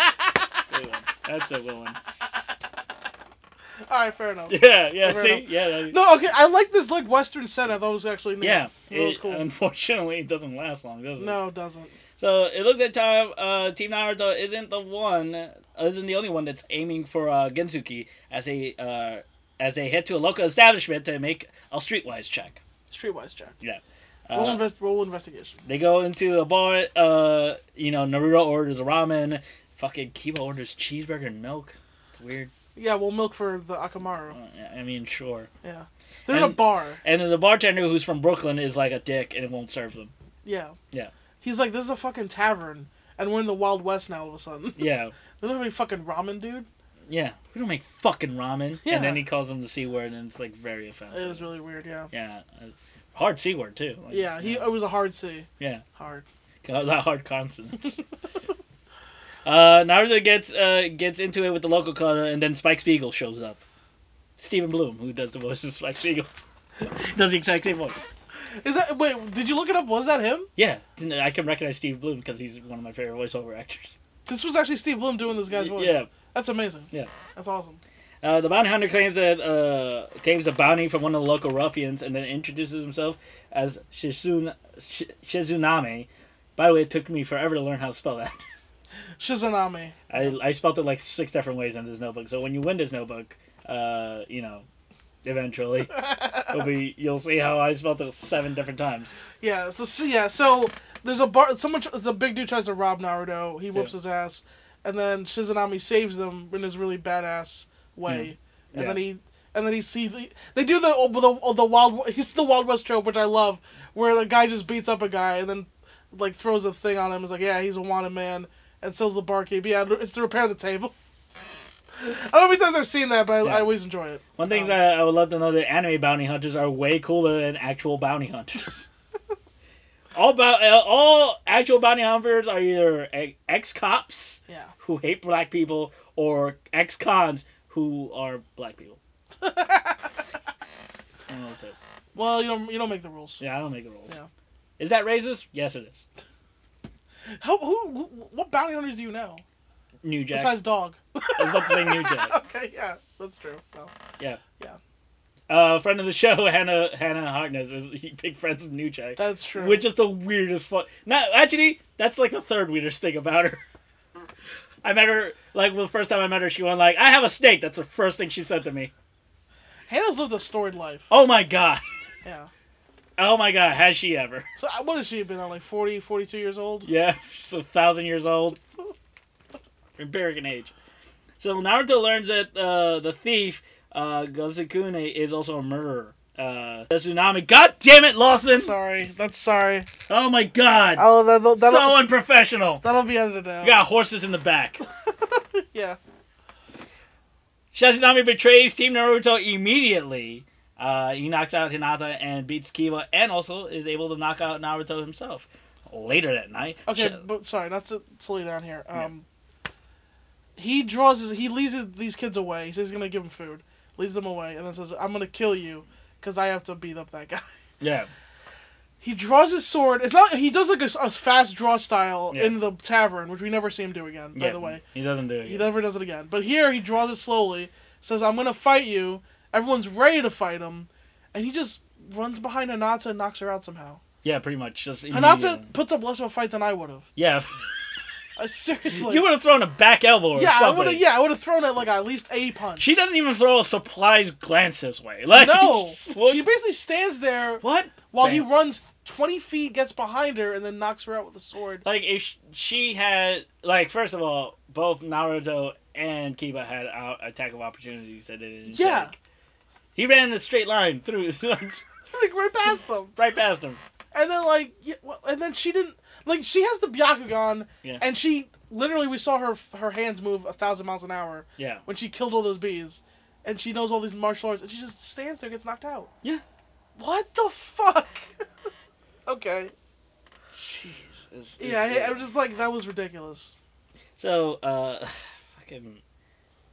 Speaker 2: Good one. That's a good one.
Speaker 1: All right, fair enough.
Speaker 2: Yeah, yeah.
Speaker 1: Fair
Speaker 2: See,
Speaker 1: enough.
Speaker 2: yeah, that-
Speaker 1: No, okay. I like this like Western set. I thought it was actually neat.
Speaker 2: yeah.
Speaker 1: that was
Speaker 2: It- um,
Speaker 1: cool.
Speaker 2: Unfortunately, it doesn't last long, does it?
Speaker 1: No, it doesn't.
Speaker 2: So it looks like time uh, Team Naruto isn't the one, isn't the only one that's aiming for uh, Gensuki as they uh, as they head to a local establishment to make a streetwise check.
Speaker 1: Streetwise check. Roll,
Speaker 2: Uh,
Speaker 1: invest- roll investigation.
Speaker 2: they go into a bar. Uh, you know, Naruto orders ramen. Fucking Kiba orders cheeseburger and milk. It's weird.
Speaker 1: Yeah, well, milk for the Akamaru.
Speaker 2: Uh, I mean, sure.
Speaker 1: Yeah, they're in a
Speaker 2: And-
Speaker 1: bar.
Speaker 2: And then the bartender who's from Brooklyn is like a dick and it won't serve them.
Speaker 1: Yeah.
Speaker 2: Yeah.
Speaker 1: He's like, this is a fucking tavern, and we're in the Wild West now. All of a sudden,
Speaker 2: Yeah.
Speaker 1: they don't have any fucking ramen, dude.
Speaker 2: Yeah, we don't make fucking ramen.
Speaker 1: Yeah.
Speaker 2: And then he calls him the c word, and it's like very offensive.
Speaker 1: It was really weird. Yeah.
Speaker 2: Yeah, uh, hard c word too. Like,
Speaker 1: Yeah. He. It was a hard C.
Speaker 2: Yeah.
Speaker 1: Hard.
Speaker 2: Got that hard consonants. uh, Naruto gets uh, gets into it with the local cutter, and then Spike Spiegel shows up. Stephen Bloom, who does the voice of Spike Spiegel, does the exact same voice.
Speaker 1: Is that wait? Did you look it up? Was that him?
Speaker 2: Yeah, I can recognize Steve Bloom because he's one of my favorite voiceover actors.
Speaker 1: This was actually Steve Bloom doing this guy's voice.
Speaker 2: Yeah,
Speaker 1: That's amazing.
Speaker 2: Yeah.
Speaker 1: That's awesome.
Speaker 2: Uh, the bounty hunter claims that uh, claims a bounty from one of the local ruffians and then introduces himself as Shizun- Sh- Shizunami. By the way, it took me forever to learn how to spell that.
Speaker 1: Shizunami.
Speaker 2: I, I spelled it like six different ways in this notebook. So when you win this notebook, uh, you know, eventually, it'll be, you'll see how I spelled it seven different times.
Speaker 1: yeah. So, so yeah. So there's a bar. Someone. tr- The big dude tries to rob Naruto. He whoops
Speaker 2: Yeah.
Speaker 1: his ass, and then Shizunami saves them in his really badass way. And
Speaker 2: Hmm. Yeah.
Speaker 1: then he. And then he sees they do the the the wild he's the Wild West trope which I love where the guy just beats up a guy and then like throws a thing on him is like yeah he's a wanted man and sells the barkeep yeah it's to repair the table I don't know how many times I've seen that but I,
Speaker 2: Yeah.
Speaker 1: I always enjoy it
Speaker 2: One thing
Speaker 1: Um,
Speaker 2: I, I would love to know that anime bounty hunters are way cooler than actual bounty hunters. all bou- uh, all actual bounty hunters are either ex cops
Speaker 1: yeah
Speaker 2: who hate black people or ex cons who are black people. And that's it.
Speaker 1: well you don't you don't make the rules
Speaker 2: Yeah, I don't make the rules.
Speaker 1: Yeah.
Speaker 2: Is that racist? Yes, it is.
Speaker 1: How, who, who, what bounty hunters do you know
Speaker 2: New Jack.
Speaker 1: besides dog?
Speaker 2: I was about to say New Jack.
Speaker 1: okay, yeah, that's true. Well,
Speaker 2: Uh, friend of the show, Hannah Hannah Harkness, is big friends with New Jack.
Speaker 1: that's true.
Speaker 2: Which is the weirdest fu Not actually, that's like the third weirdest thing about her. I met her like well, the first time I met her, she went like, "I have a snake." That's the first thing she said to me.
Speaker 1: Hannah's lived a storied life.
Speaker 2: Oh my god.
Speaker 1: Yeah.
Speaker 2: Oh my god. Has she ever?
Speaker 1: So uh, what has she been on? Like 40, 42 years old?
Speaker 2: Yeah, she's a thousand years old. Empiric in age. So Naruto learns that uh, the thief uh, Gozukune is also a murderer. Uh, the tsunami. God damn it, Lawson!
Speaker 1: Sorry, that's sorry.
Speaker 2: Oh my god.
Speaker 1: Oh, that'll that'll,
Speaker 2: so unprofessional.
Speaker 1: that'll be edited out.
Speaker 2: You got horses in the back.
Speaker 1: yeah.
Speaker 2: Shazunami betrays Team Naruto immediately. Uh, he knocks out Hinata and beats Kiba, and also is able to knock out Naruto himself. Later that night,
Speaker 1: Okay,
Speaker 2: Sh-
Speaker 1: but sorry, not to slow you down here. Um, he draws his, he leads his- these kids away. He says he's gonna give them food, leads them away, and then says, "I'm gonna kill you, cause I have to beat up that guy."
Speaker 2: yeah,
Speaker 1: He draws his sword. It's not. He does like a, s- a fast draw style
Speaker 2: Yeah.
Speaker 1: in the tavern, which we never see him do again. By
Speaker 2: yeah,
Speaker 1: the way,
Speaker 2: he doesn't do it.
Speaker 1: he
Speaker 2: yet.
Speaker 1: never does it again. But here, he draws it slowly. Says, "I'm gonna fight you." Everyone's ready to fight him, and he just runs behind Hanata and knocks her out somehow.
Speaker 2: Yeah, pretty much just immediately.
Speaker 1: Hanata puts up less of a fight than I would have.
Speaker 2: Yeah,
Speaker 1: Uh, seriously.
Speaker 2: you would have thrown a back elbow or
Speaker 1: yeah, I
Speaker 2: something.
Speaker 1: would have. Yeah, I would have thrown it like at least a punch.
Speaker 2: She doesn't even throw a surprise glance his way. Like
Speaker 1: no,
Speaker 2: she just
Speaker 1: she
Speaker 2: looks-
Speaker 1: basically stands there
Speaker 2: what?
Speaker 1: while he
Speaker 2: Bam.
Speaker 1: runs twenty feet, gets behind her, and then knocks her out with a sword.
Speaker 2: Like if sh- she had like first of all, both Naruto and Kiba had out attack of opportunities that they didn't
Speaker 1: Yeah.
Speaker 2: take. He ran in a straight line through
Speaker 1: Like right past them.
Speaker 2: right past him.
Speaker 1: And then like, yeah, well, and then she didn't like she has the Byakugan,
Speaker 2: Yeah.
Speaker 1: and she literally we saw her her hands move a thousand miles an hour
Speaker 2: Yeah.
Speaker 1: when she killed all those bees, and she knows all these martial arts, and she just stands there and gets knocked out.
Speaker 2: Yeah.
Speaker 1: What the fuck? okay.
Speaker 2: Jeez.
Speaker 1: Yeah, I, I was just like that was ridiculous.
Speaker 2: So uh fucking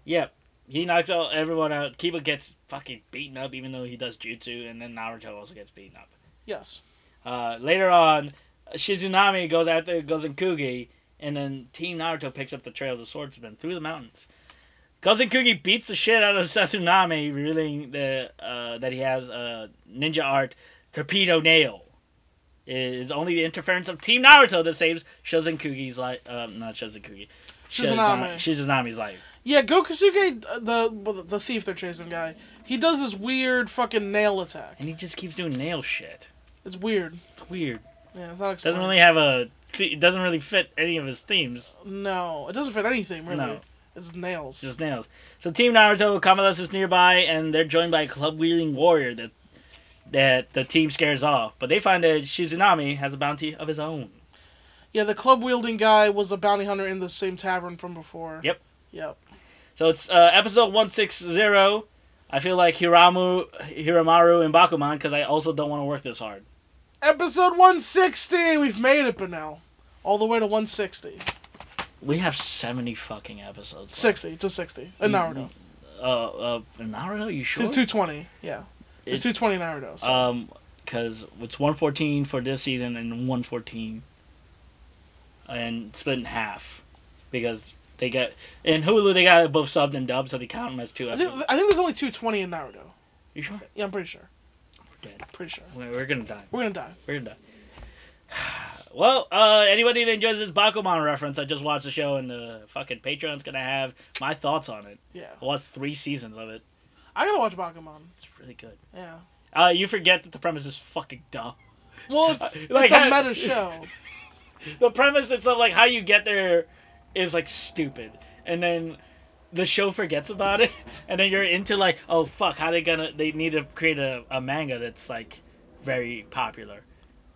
Speaker 2: Yeah. He knocks out everyone out. Kiba gets fucking beaten up even though he does jutsu and then Naruto also gets beaten up.
Speaker 1: Yes.
Speaker 2: Uh, later on, Shizunami goes after Gozenkugi, and then Team Naruto picks up the trail of the swordsman through the mountains. Gozenkugi beats the shit out of Sasунami, revealing the, uh, that he has uh, ninja art Torpedo Nail. It is only the interference of Team Naruto that saves Shozenkugi's life. Uh, not Shozenkugi.
Speaker 1: Shizunami.
Speaker 2: Shizunami. Shizunami's life.
Speaker 1: Yeah, Gokusuke, uh, the well, the thief they're chasing guy, he does this weird fucking nail attack.
Speaker 2: And he just keeps doing nail shit.
Speaker 1: It's weird.
Speaker 2: It's weird.
Speaker 1: Yeah, it's not explained.
Speaker 2: Doesn't really have a. It doesn't really fit any of his themes.
Speaker 1: No, it doesn't fit anything really.
Speaker 2: No.
Speaker 1: It's nails.
Speaker 2: Just nails. So Team Naruto, Kamalas is nearby, and they're joined by a club wielding warrior that that the team scares off. But they find that Shizunami has a bounty of his own.
Speaker 1: Yeah, the club wielding guy was a bounty hunter in the same tavern from before.
Speaker 2: Yep.
Speaker 1: Yep.
Speaker 2: So it's uh, episode one six zero. I feel like Hiramu, Hiramaru, and Bakuman because I also don't want to work this hard.
Speaker 1: Episode 160. We've made it, but now all the way to 160.
Speaker 2: We have seventy fucking episodes.
Speaker 1: 60 to 60. In Naruto.
Speaker 2: Uh, uh, in Naruto, you sure?
Speaker 1: It's 220. Yeah. It's 220 Naruto. So.
Speaker 2: Um, because it's one fourteen for this season and one fourteen, and split in half, because they got in Hulu they got it both subbed and dubbed, so they count them as two
Speaker 1: I think
Speaker 2: episodes.
Speaker 1: I think there's only 220 in Naruto.
Speaker 2: You sure?
Speaker 1: Yeah, I'm pretty sure.
Speaker 2: We're dead.
Speaker 1: Pretty sure.
Speaker 2: We're we're gonna die.
Speaker 1: We're gonna die.
Speaker 2: We're gonna die. Well, uh, anybody that enjoys this Bakuman reference, I just watched the show, and the fucking Patreon's gonna have my thoughts on it.
Speaker 1: Yeah.
Speaker 2: I watched three seasons of it.
Speaker 1: I gotta watch Bakuman.
Speaker 2: It's really good.
Speaker 1: Yeah.
Speaker 2: Uh, you forget that the premise is fucking dumb.
Speaker 1: Well, it's,
Speaker 2: Uh, Like,
Speaker 1: it's a
Speaker 2: how-
Speaker 1: meta show.
Speaker 2: the premise it's of like how you get there is like stupid and then the show forgets about it and then you're into like oh fuck how they gonna they need to create a, a manga that's like very popular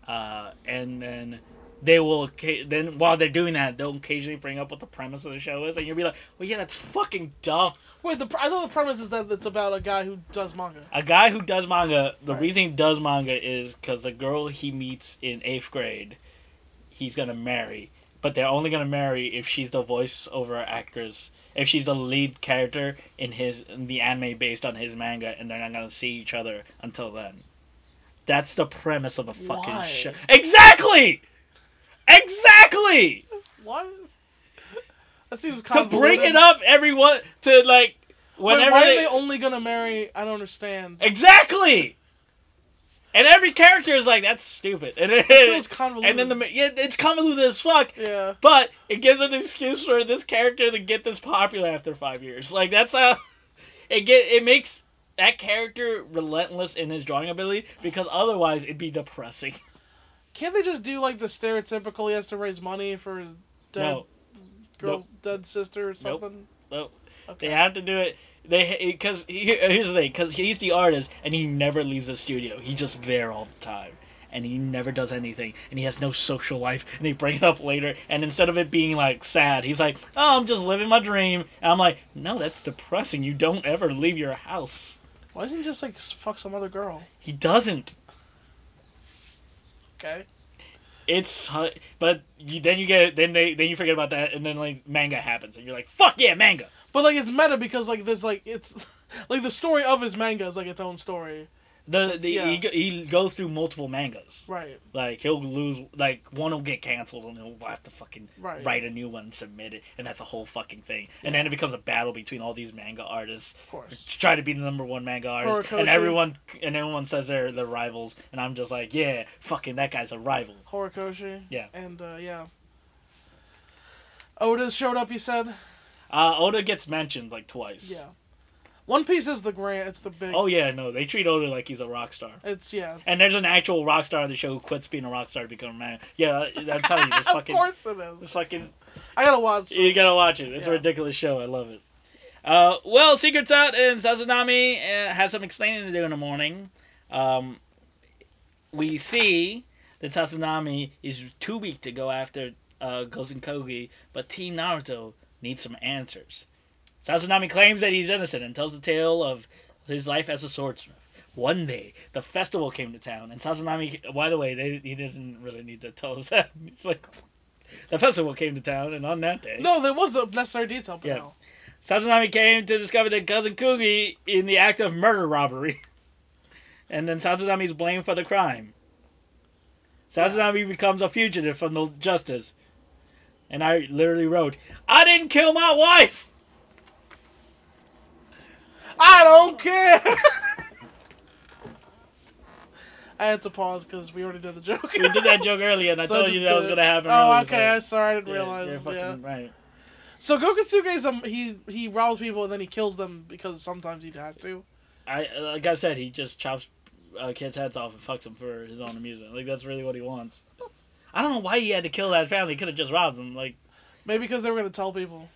Speaker 2: uh, and then they will occa- then while they're doing that they'll occasionally bring up what the premise of the show is and you'll be like well yeah that's fucking dumb
Speaker 1: Wait, the, pr- I thought the premise is that it's about a guy who does manga.
Speaker 2: a guy who does manga the
Speaker 1: Right.
Speaker 2: reason he does manga is because the girl he meets in eighth grade he's gonna marry but they're only gonna marry if she's the voiceover actress if she's the lead character in his in the anime based on his manga and they're not gonna see each other until then that's the premise of the fucking
Speaker 1: Why?
Speaker 2: show exactly exactly
Speaker 1: What? That seems
Speaker 2: to
Speaker 1: convoluted.
Speaker 2: bring it up everyone to like
Speaker 1: Wait,
Speaker 2: whenever
Speaker 1: why
Speaker 2: they,
Speaker 1: are they only gonna marry? I don't understand.
Speaker 2: Exactly. And every character is like, that's stupid. And, it,
Speaker 1: It feels convoluted.
Speaker 2: and then the yeah, it's convoluted as fuck.
Speaker 1: yeah.
Speaker 2: But it gives an excuse for this character to get this popular after five years. Like that's how it get it makes that character relentless in his drawing ability because otherwise it'd be depressing.
Speaker 1: Can't they just do like the stereotypical? He has to raise money for his dead
Speaker 2: No,
Speaker 1: girl,
Speaker 2: Nope.
Speaker 1: dead sister, or
Speaker 2: Nope.
Speaker 1: something.
Speaker 2: Nope.
Speaker 1: Okay.
Speaker 2: they have to do it. They because here's the thing because he's the artist and he never leaves the studio. He's just there all the time. And he never does anything, and he has no social life. And they bring it up later, and instead of it being like sad, he's like, "Oh, I'm just living my dream." And I'm like, "No, that's depressing. You don't ever leave your house."
Speaker 1: Why doesn't he just like s- fuck some other girl?
Speaker 2: He doesn't.
Speaker 1: Okay.
Speaker 2: It's hu- but you, then you get then they then you forget about that, and then like manga happens, and you're like, "Fuck yeah, manga!"
Speaker 1: But like it's meta because like there's like it's like the story of his manga is like its own story.
Speaker 2: The, the
Speaker 1: Yeah.
Speaker 2: he, go- he goes through multiple mangas.
Speaker 1: Right.
Speaker 2: Like he'll lose, like one will get canceled, and he'll have to fucking
Speaker 1: Right.
Speaker 2: write a new one, and submit it, and that's a whole fucking thing. And then it becomes a battle between all these manga artists
Speaker 1: Of course.
Speaker 2: to try to be the number one manga artist,
Speaker 1: Horikoshi.
Speaker 2: and everyone and everyone says they're the rivals, and I'm just like, yeah, fucking that guy's a rival.
Speaker 1: Horikoshi.
Speaker 2: Yeah.
Speaker 1: And uh, yeah. Oda's showed up. You said.
Speaker 2: Uh, Oda gets mentioned like twice.
Speaker 1: Yeah. One Piece is the grand. It's the big.
Speaker 2: Oh yeah, no, they treat Oda like he's a rock star.
Speaker 1: It's yeah. It's,
Speaker 2: And there's an actual rock star on the show who quits being a rock star to become a man. Yeah, I'm telling you, this
Speaker 1: of
Speaker 2: fucking,
Speaker 1: course it
Speaker 2: this
Speaker 1: is.
Speaker 2: fucking
Speaker 1: I gotta watch.
Speaker 2: You gotta watch it. It's a
Speaker 1: Yeah.
Speaker 2: ridiculous show. I love it. Uh, well, Secret's out, and Sazanami uh, has some explaining to do in the morning. Um, we see that Sazanami is too weak to go after uh, Gozenkogi, but Team Naruto needs some answers. Sazanami claims that he's innocent and tells the tale of his life as a swordsmith. One day, the festival came to town, and Sazanami. By the way, they, he doesn't really need to tell us that. It's like the festival came to town, and on that day,
Speaker 1: No, there was a necessary detail. But
Speaker 2: Yeah.
Speaker 1: no.
Speaker 2: Sazanami came to discover that Cousin Kugi in the act of murder robbery. And then Sazanami is blamed for the crime. Sazanami becomes a fugitive from the justice. And I literally wrote, I didn't kill my wife!
Speaker 1: I don't care. I had to pause because we already did the joke.
Speaker 2: We did that joke earlier, and I
Speaker 1: So
Speaker 2: told
Speaker 1: just
Speaker 2: you
Speaker 1: do
Speaker 2: that was
Speaker 1: it.
Speaker 2: going to happen.
Speaker 1: Oh,
Speaker 2: earlier,
Speaker 1: okay. I'm
Speaker 2: so-
Speaker 1: sorry, I didn't
Speaker 2: Yeah, you're
Speaker 1: realize.
Speaker 2: fucking
Speaker 1: Yeah.
Speaker 2: right.
Speaker 1: So Gokutsuge is um he he robs people and then he kills them because sometimes he has to.
Speaker 2: I, like I said, he just chops uh, kids' heads off and fucks them for his own amusement. Like, that's really what he wants. I don't know why he had to kill that family. He could have just robbed them. Like,
Speaker 1: Maybe because they were gonna tell people.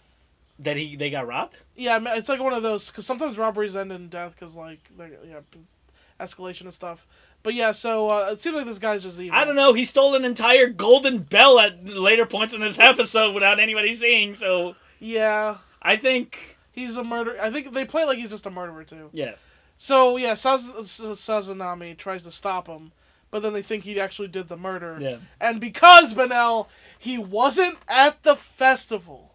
Speaker 2: that he they got robbed?
Speaker 1: Yeah, I mean, it's like one of those because sometimes robberies end in death because like they, yeah, p- escalation and stuff. But yeah, so uh, it seems like this guy's just evil.
Speaker 2: I don't know. He stole an entire golden bell at later points in this episode without anybody seeing. So
Speaker 1: Yeah,
Speaker 2: I think,
Speaker 1: he's a murderer. I think they play like he's just a murderer too.
Speaker 2: yeah,
Speaker 1: So yeah, Saz- Sazanami tries to stop him, but then they think he actually did the murder.
Speaker 2: yeah.
Speaker 1: And because Benel, he wasn't at the festival.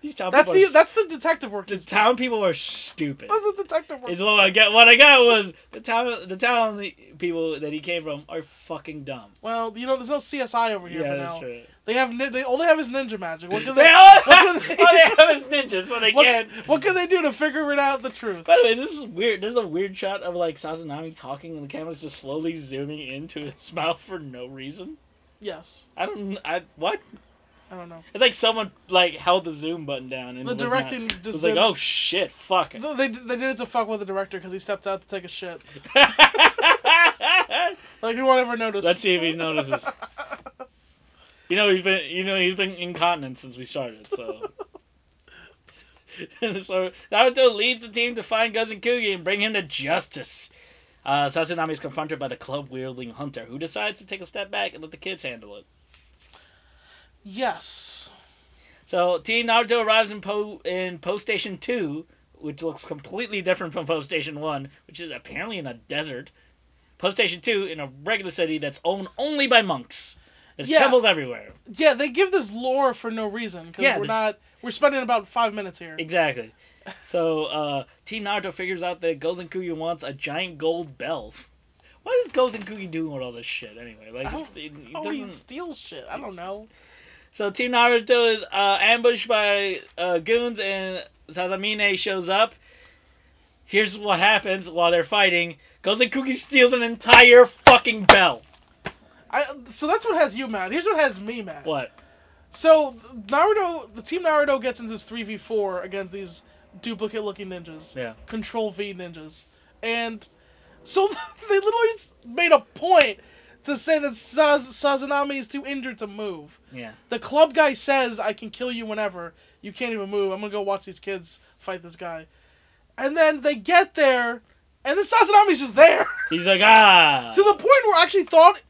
Speaker 2: These town
Speaker 1: That's
Speaker 2: people
Speaker 1: the
Speaker 2: are,
Speaker 1: that's the detective work.
Speaker 2: the
Speaker 1: he's-
Speaker 2: town people are stupid.
Speaker 1: That's the detective work.
Speaker 2: Is what I get. What I got was the town, the town people that he came from are fucking dumb.
Speaker 1: Well, you know, there's no CSI over here.
Speaker 2: Yeah,
Speaker 1: Benel.
Speaker 2: that's true.
Speaker 1: They have nin- they all they have is ninja magic. What
Speaker 2: They
Speaker 1: can
Speaker 2: all,
Speaker 1: they?
Speaker 2: all
Speaker 1: what
Speaker 2: they
Speaker 1: can
Speaker 2: have is ninjas, so they
Speaker 1: what,
Speaker 2: can't.
Speaker 1: what can they do to figure it out the truth?
Speaker 2: By the way, this is weird. There's a weird shot of like Sazanami talking, and the camera's just slowly zooming into his mouth for no reason.
Speaker 1: Yes,
Speaker 2: I don't. I what?
Speaker 1: I don't know.
Speaker 2: It's like someone like held the zoom button down and
Speaker 1: The
Speaker 2: was not-
Speaker 1: directing
Speaker 2: was
Speaker 1: just
Speaker 2: like,
Speaker 1: did-
Speaker 2: oh shit, fuck. it."
Speaker 1: They, they did it to fuck with the director because he stepped out to take a shit. Like we won't ever notice.
Speaker 2: Let's see if he notices. you know he's been you know he's been incontinent since we started, so. so Naruto leads the team to find Kugi and bring him to justice. Uh, Sazanami is confronted by the club wielding hunter, who decides to take a step back and let the kids handle it.
Speaker 1: yes.
Speaker 2: So Team Naruto arrives in Po in Post Station Two, which looks completely different from Post Station One, which is apparently in a desert. Post Station Two in a regular city that's owned only by monks. There's
Speaker 1: Yeah.
Speaker 2: temples everywhere.
Speaker 1: Yeah, they give this lore for no reason because
Speaker 2: Yeah,
Speaker 1: we're
Speaker 2: there's-
Speaker 1: not we're spending about five minutes here.
Speaker 2: Exactly. So uh, Team Naruto figures out that Gozen Kuyu wants a giant gold bell. Why is Gozen Kuyu doing with all this shit anyway? Like,
Speaker 1: I don't-
Speaker 2: it- it
Speaker 1: oh, he
Speaker 2: doesn't-
Speaker 1: steals shit. I don't know.
Speaker 2: So Team Naruto is uh, ambushed by uh, goons, and Sazamine shows up. Here's what happens while they're fighting: Gozen Kuki steals an entire fucking bell.
Speaker 1: I so that's what has you mad. Here's what has me mad.
Speaker 2: What?
Speaker 1: So Naruto, the team Naruto gets into this three v four against these duplicate-looking ninjas,
Speaker 2: Yeah.
Speaker 1: Control V ninjas, and so they literally made a point to say that Saz- Sazanami is too injured to move.
Speaker 2: Yeah.
Speaker 1: The club guy says, "I can kill you whenever. You can't even move. I'm gonna go watch these kids fight this guy," and then they get there, and then Sazanami's just there
Speaker 2: He's like ah.
Speaker 1: to the point where I actually thought,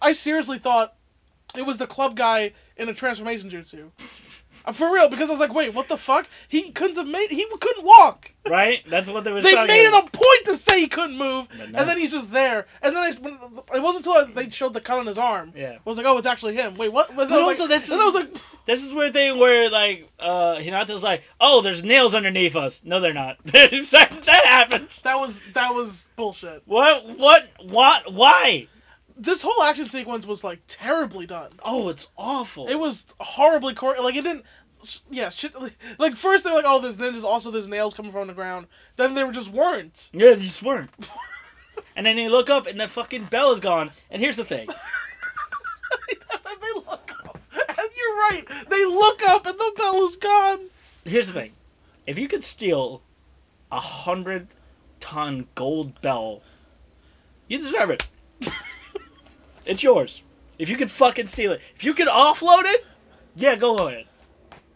Speaker 1: I seriously thought, it was the club guy in a transformation jutsu. Uh, For real, because I was like, wait, what the fuck? He couldn't have made, he couldn't walk.
Speaker 2: right. That's what they were.
Speaker 1: They
Speaker 2: talking
Speaker 1: made it a
Speaker 2: about.
Speaker 1: point to say he couldn't move,
Speaker 2: But no.
Speaker 1: and then he's just there. And then I, when- it wasn't until they showed the cut on his arm.
Speaker 2: Yeah.
Speaker 1: I was like, oh, it's actually him. Wait, what? But, then
Speaker 2: But
Speaker 1: I was
Speaker 2: also
Speaker 1: like,
Speaker 2: this
Speaker 1: then I
Speaker 2: is-
Speaker 1: was like,
Speaker 2: This is where thing where like uh, Hinata's like, oh, there's nails underneath us. No, they're not. that, that happens.
Speaker 1: that was that was bullshit.
Speaker 2: What? What? What? Why?
Speaker 1: This whole action sequence was like terribly done.
Speaker 2: Oh, it's awful.
Speaker 1: It was horribly chore- like it didn't. Yeah, shit. Like, like first they're like, oh, there's ninjas. Also, there's nails coming from the ground. Then they were just weren't.
Speaker 2: Yeah, they just weren't. and then you look up, and the fucking bell is gone. And here's the thing:
Speaker 1: they look up, and you're right. They look up, and the bell is gone.
Speaker 2: here's the thing. If you could steal a hundred ton gold bell, you deserve it. it's yours. If you could fucking steal it, if you could offload it, yeah, go on it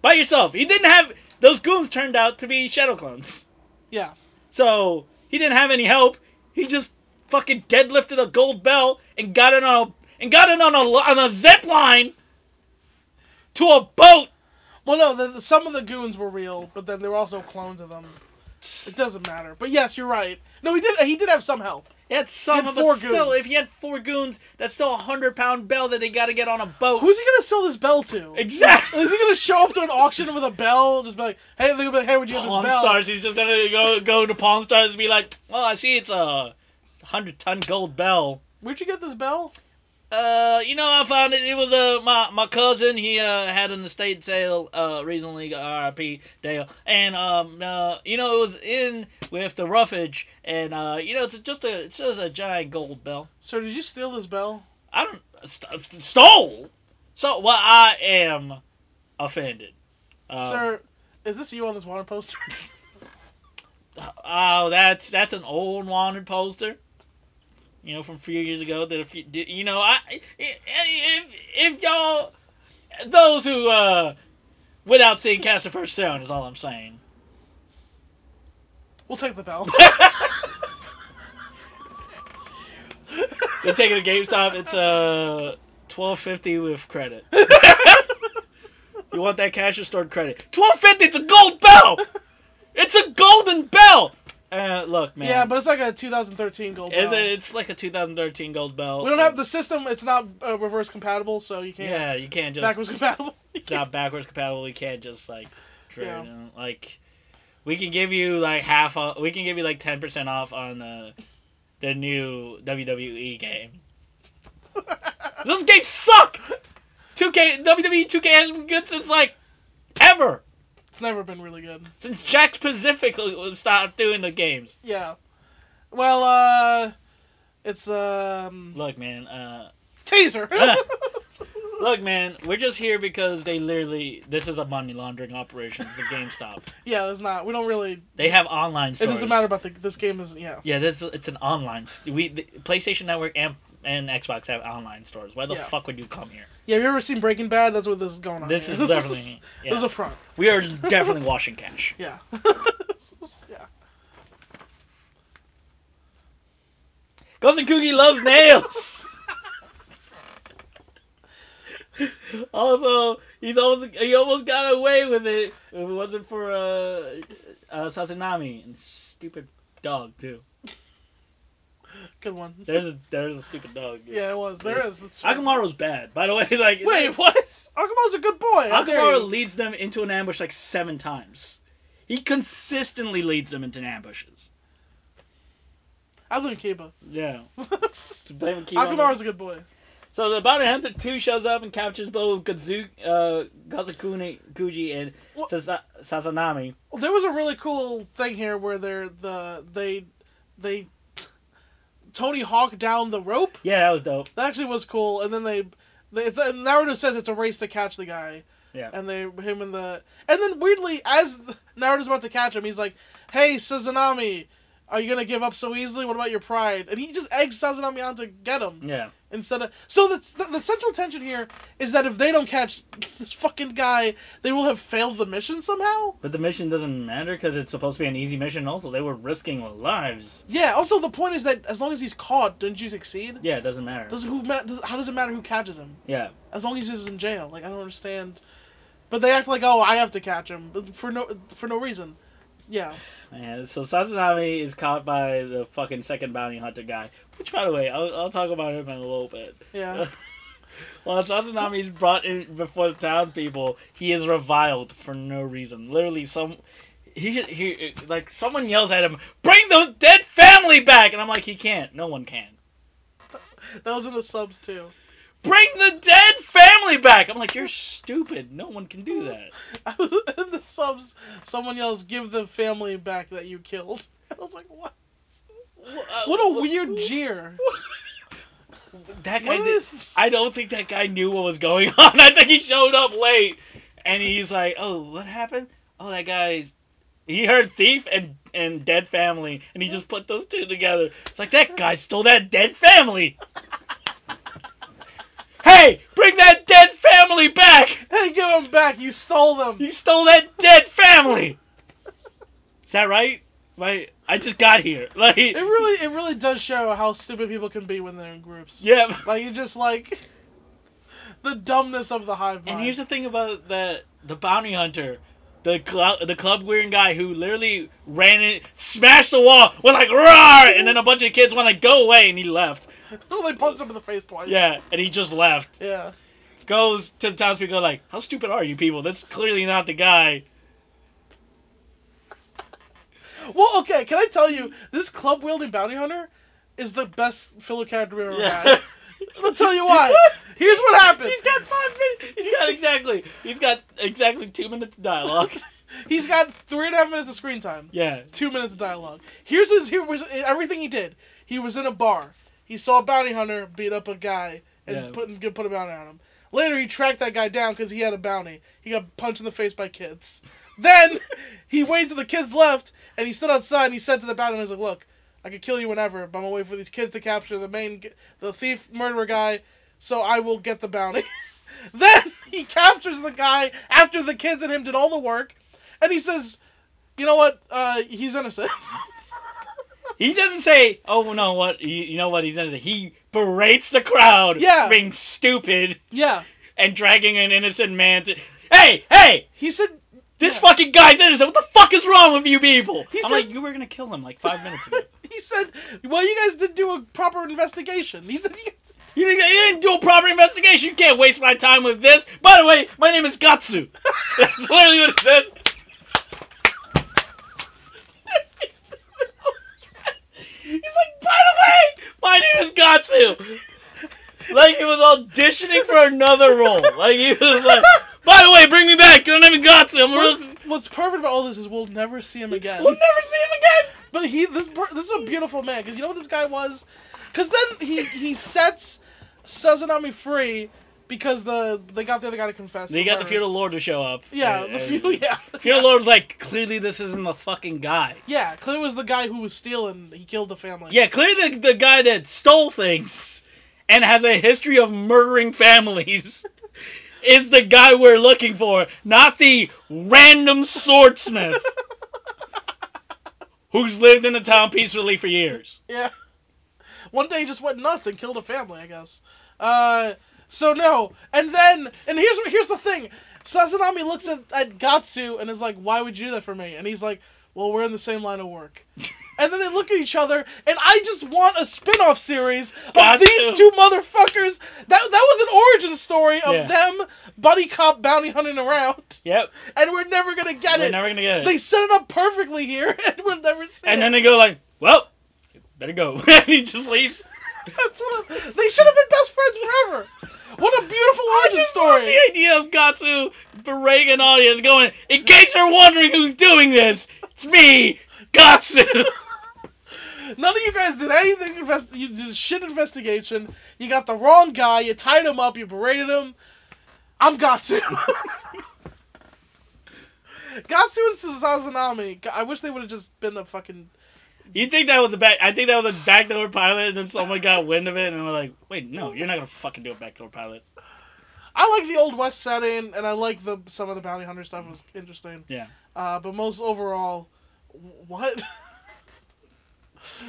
Speaker 2: by yourself. He didn't have those goons turned out to be shadow clones,
Speaker 1: Yeah,
Speaker 2: so he didn't have any help. He just fucking deadlifted a gold bell and got it on a and got it on a li- on a zip line to a boat.
Speaker 1: Well, no, the, the- some of the goons were real, but then there were also clones of them. It doesn't matter. But yes, you're right. No, he did. He did have some help.
Speaker 2: He had
Speaker 1: He
Speaker 2: some,
Speaker 1: had
Speaker 2: but
Speaker 1: four
Speaker 2: still,
Speaker 1: goons.
Speaker 2: if he had four goons, that's still a hundred pound bell that they got to get on a boat.
Speaker 1: Who's he gonna sell this bell to?
Speaker 2: exactly?
Speaker 1: Is he gonna show up to an auction with a bell? Just be like, hey, they're gonna be like, hey, would you have this
Speaker 2: Pawn
Speaker 1: bell?
Speaker 2: Stars. He's just "Oh, gonna go go to Pawn Stars and be like, "Well, I see it's a hundred ton gold bell.
Speaker 1: Where'd you get this bell?
Speaker 2: Uh, you know, I found it. It was uh my my cousin. He uh had an estate sale uh recently. R.I.P. Dale. And um uh you know it was in with the roughage, and uh you know it's just a it's just a giant gold bell.
Speaker 1: Sir, did you steal this bell?
Speaker 2: I don't st- stole. So well, I am offended. Um,
Speaker 1: Sir, is this you on this wanted poster?
Speaker 2: Oh, that's that's an old wanted poster. You know, from a few years ago. That a few, did- you know, I if, if y'all those who uh without seeing cast the first sound is all I'm saying.
Speaker 1: we'll take the bell.
Speaker 2: They're taking the GameStop. It's uh twelve fifty with credit. You want that cash or stored credit? Twelve fifty. It's a gold bell. It's a golden bell. Uh, look, man.
Speaker 1: Yeah, but it's like a 2013 gold
Speaker 2: it's,
Speaker 1: bell.
Speaker 2: a- it's like a 2013 gold bell.
Speaker 1: we don't have the system. It's not uh, reverse compatible, so you can't.
Speaker 2: Yeah, you can't just
Speaker 1: backwards compatible.
Speaker 2: it's not backwards compatible. We can't just like trade
Speaker 1: Yeah.
Speaker 2: them. like we can give you like half off. We can give you like ten percent off on the the new WWE game. Those games suck. Two K WWE Two K has been good since like ever
Speaker 1: it's never been really good.
Speaker 2: since Jack Pacific stopped doing the games.
Speaker 1: Yeah. Well, uh, it's um
Speaker 2: Look, man. Uh,
Speaker 1: taser.
Speaker 2: look, man. We're just here because they literally this is a money laundering operation. It's a GameStop.
Speaker 1: yeah, it's not. We don't really.
Speaker 2: They have online
Speaker 1: It
Speaker 2: stores.
Speaker 1: doesn't matter about the. This game is yeah.
Speaker 2: Yeah, this it's an online. We the PlayStation Network and and Xbox have online stores. Why the
Speaker 1: Yeah.
Speaker 2: fuck would you come here?
Speaker 1: Yeah, have you ever seen Breaking Bad? That's what this is going on.
Speaker 2: This
Speaker 1: here.
Speaker 2: is definitely yeah.
Speaker 1: This is a front.
Speaker 2: we are definitely washing cash.
Speaker 1: Yeah. yeah.
Speaker 2: Cousin Cookie loves nails. also, he's almost he almost got away with it if it wasn't for uh, uh Sasanami and stupid dog too.
Speaker 1: Good one.
Speaker 2: There's a there's a stupid dog.
Speaker 1: yeah, it was. There is. It's true.
Speaker 2: Akamaru's bad. By the way, like
Speaker 1: Wait, what? Akamaru's a good boy. How dare
Speaker 2: Akamaru
Speaker 1: you.
Speaker 2: leads them into an ambush like seven times. He consistently leads them into ambushes.
Speaker 1: I live in Kiba.
Speaker 2: Yeah. Blame Kiba.
Speaker 1: Akamaru's a good boy.
Speaker 2: So the Bounty Hunter 2 shows up and captures both Kazu, uh, Kazakune, Kuji, and
Speaker 1: What?
Speaker 2: Sasa- Sasanami.
Speaker 1: Well, there was a really cool thing here where they're the they they Tony Hawk down the rope.
Speaker 2: Yeah, that was dope.
Speaker 1: That actually was cool. And then they, they it's, and Naruto says it's a race to catch the guy.
Speaker 2: Yeah.
Speaker 1: And they him and the and then weirdly as Naruto's about to catch him, he's like, "Hey, Sazanami, are you gonna give up so easily? What about your pride?" And he just eggs Sazanami on to get him
Speaker 2: Yeah.
Speaker 1: instead of. So the, the the central tension here is that if they don't catch this fucking guy, they will have failed the mission somehow.
Speaker 2: But the mission doesn't matter because it's supposed to be an easy mission. Also, they were risking their lives.
Speaker 1: Yeah. Also, the point is that as long as he's caught, don't you succeed?
Speaker 2: Yeah, it doesn't matter.
Speaker 1: Does who ma- does, how does it matter who catches him?
Speaker 2: Yeah.
Speaker 1: As long as he's in jail, like I don't understand. But they act like, oh, I have to catch him but for no for no reason. Yeah.
Speaker 2: And so Sasanami is caught by the fucking second bounty hunter guy. Which, by the way, I'll, I'll talk about him in a little bit.
Speaker 1: Yeah.
Speaker 2: While Sasanami is brought in before the townspeople, he is reviled for no reason. Literally, some he he like someone yells at him, "Bring the dead family back!" And I'm like, he can't. No one can.
Speaker 1: that was in the subs too.
Speaker 2: Bring the dead family back. I'm like, you're stupid. No one can do that.
Speaker 1: I was in the subs. Someone yells, "Give the family back that you killed." I was like, what? What a weird jeer.
Speaker 2: That guy.
Speaker 1: What
Speaker 2: did-
Speaker 1: is-
Speaker 2: I don't think that guy knew what was going on. I think he showed up late, and he's like, "Oh, what happened? Oh, that guy's." He heard thief and and dead family, and he just put those two together. It's like that guy stole that dead family. hey, bring that dead family back!
Speaker 1: Hey, give them back. You stole them.
Speaker 2: He stole that dead family. Is that right? My, I just got here. Like,
Speaker 1: It really, it really does show how stupid people can be when they're in groups.
Speaker 2: yeah.
Speaker 1: Like you just like the dumbness of the hive mind.
Speaker 2: And here's the thing about the the bounty hunter, the club the club wearing guy who literally ran in, smashed the wall, went like roar, and then a bunch of kids went like go away, and he left.
Speaker 1: oh, they punched him in the face twice.
Speaker 2: Yeah, and he just left.
Speaker 1: Yeah.
Speaker 2: Goes to the townspeople like, how stupid are you people? That's clearly not the guy.
Speaker 1: Well, okay. Can I tell you this club wielding bounty hunter? is the best filler character we've ever
Speaker 2: Yeah.
Speaker 1: had. I'll tell you why. Here's what happened.
Speaker 2: He's got five minutes. He's got exactly. He's got exactly two minutes of dialogue.
Speaker 1: He's got three and a half minutes of screen time.
Speaker 2: yeah.
Speaker 1: two minutes of dialogue. Here's his here was everything he did. He was in a bar. He saw a bounty hunter beat up a guy and
Speaker 2: Yeah.
Speaker 1: put and put a bounty on him. Later, he tracked that guy down because he had a bounty. He got punched in the face by kids. Then he waited till the kids left, and he stood outside and he said to the bounty hunter, "He's like, look, I could kill you whenever, but I'm gonna wait for these kids to capture the main, g- the thief murderer guy, so I will get the bounty." then he captures the guy after the kids and him did all the work, and he says, "You know what? Uh, he's innocent."
Speaker 2: He doesn't say, "Oh no, what you, you know what he does." He berates the crowd,
Speaker 1: Yeah.
Speaker 2: for being stupid
Speaker 1: yeah,
Speaker 2: and dragging an innocent man to. Hey, hey,
Speaker 1: he said.
Speaker 2: this
Speaker 1: yeah.
Speaker 2: fucking guy's innocent. What the fuck is wrong with you people?
Speaker 1: He
Speaker 2: I'm
Speaker 1: said-
Speaker 2: like, you were gonna kill him like five minutes ago.
Speaker 1: He said, "Well, you guys didn't do a proper investigation." He said, "You-
Speaker 2: you, didn't, you didn't do a proper investigation. You can't waste my time with this. By the way, my name is Gatsu. That's literally what it says. He's like, by the way, my name is Gatsu. Like he was auditioning for another role. Like he was like, by the way, bring me back. Your name is Gatsu. I'm a real...
Speaker 1: what's, what's perfect about all this is we'll never see him again."
Speaker 2: We'll never see him again.
Speaker 1: But he, this per- this is a beautiful man, because you know what this guy was? Because then he he sets Sazanami free because the they got the other guy to confess.
Speaker 2: They got the
Speaker 1: murders.
Speaker 2: feudal lord to show up.
Speaker 1: Yeah,
Speaker 2: And-
Speaker 1: the
Speaker 2: and-
Speaker 1: feudal. Yeah,
Speaker 2: Feudal lord's like, clearly this isn't the fucking guy.
Speaker 1: yeah. Clearly, it was the guy who was stealing. He killed the family.
Speaker 2: Yeah, clearly the, the guy that stole things and has a history of murdering families is the guy we're looking for, not the random swordsmith who's lived in the town peacefully for years.
Speaker 1: Yeah. One day he just went nuts and killed a family, I guess. Uh, so no, and then and here's here's the thing. Sasanami looks at, at Gatsu and is like, "Why would you do that for me?" And he's like, "Well, we're in the same line of work." and then they look at each other, and I just want a spin-off series of
Speaker 2: Gatsu.
Speaker 1: these two motherfuckers. That that was an origin story of
Speaker 2: Yeah.
Speaker 1: them buddy cop bounty hunting around,
Speaker 2: Yep,
Speaker 1: and we're never gonna get
Speaker 2: we're
Speaker 1: it.
Speaker 2: never gonna get it.
Speaker 1: They set it up perfectly here, and we'll never see
Speaker 2: and
Speaker 1: it.
Speaker 2: then they go like, well, better go. and he just leaves.
Speaker 1: That's what I'm- they should have been best friends forever. What a beautiful
Speaker 2: I
Speaker 1: origin
Speaker 2: just love
Speaker 1: story.
Speaker 2: the idea of Gatsu berating an audience going, in case you're wondering who's doing this, it's me, Gatsu.
Speaker 1: None of you guys did anything. Invest- you did a shit investigation. You got the wrong guy. You tied him up. You berated him. I'm Gatsu. Gatsu and Sazanami. I wish they would have just been a fucking.
Speaker 2: You think that was a back? I think that was a backdoor pilot, and then someone got wind of it, and we're like, "Wait, no, you're not gonna fucking do a backdoor pilot."
Speaker 1: I like the old west setting, and I like the some of the bounty hunter stuff was interesting.
Speaker 2: Yeah.
Speaker 1: Uh, but most overall, what?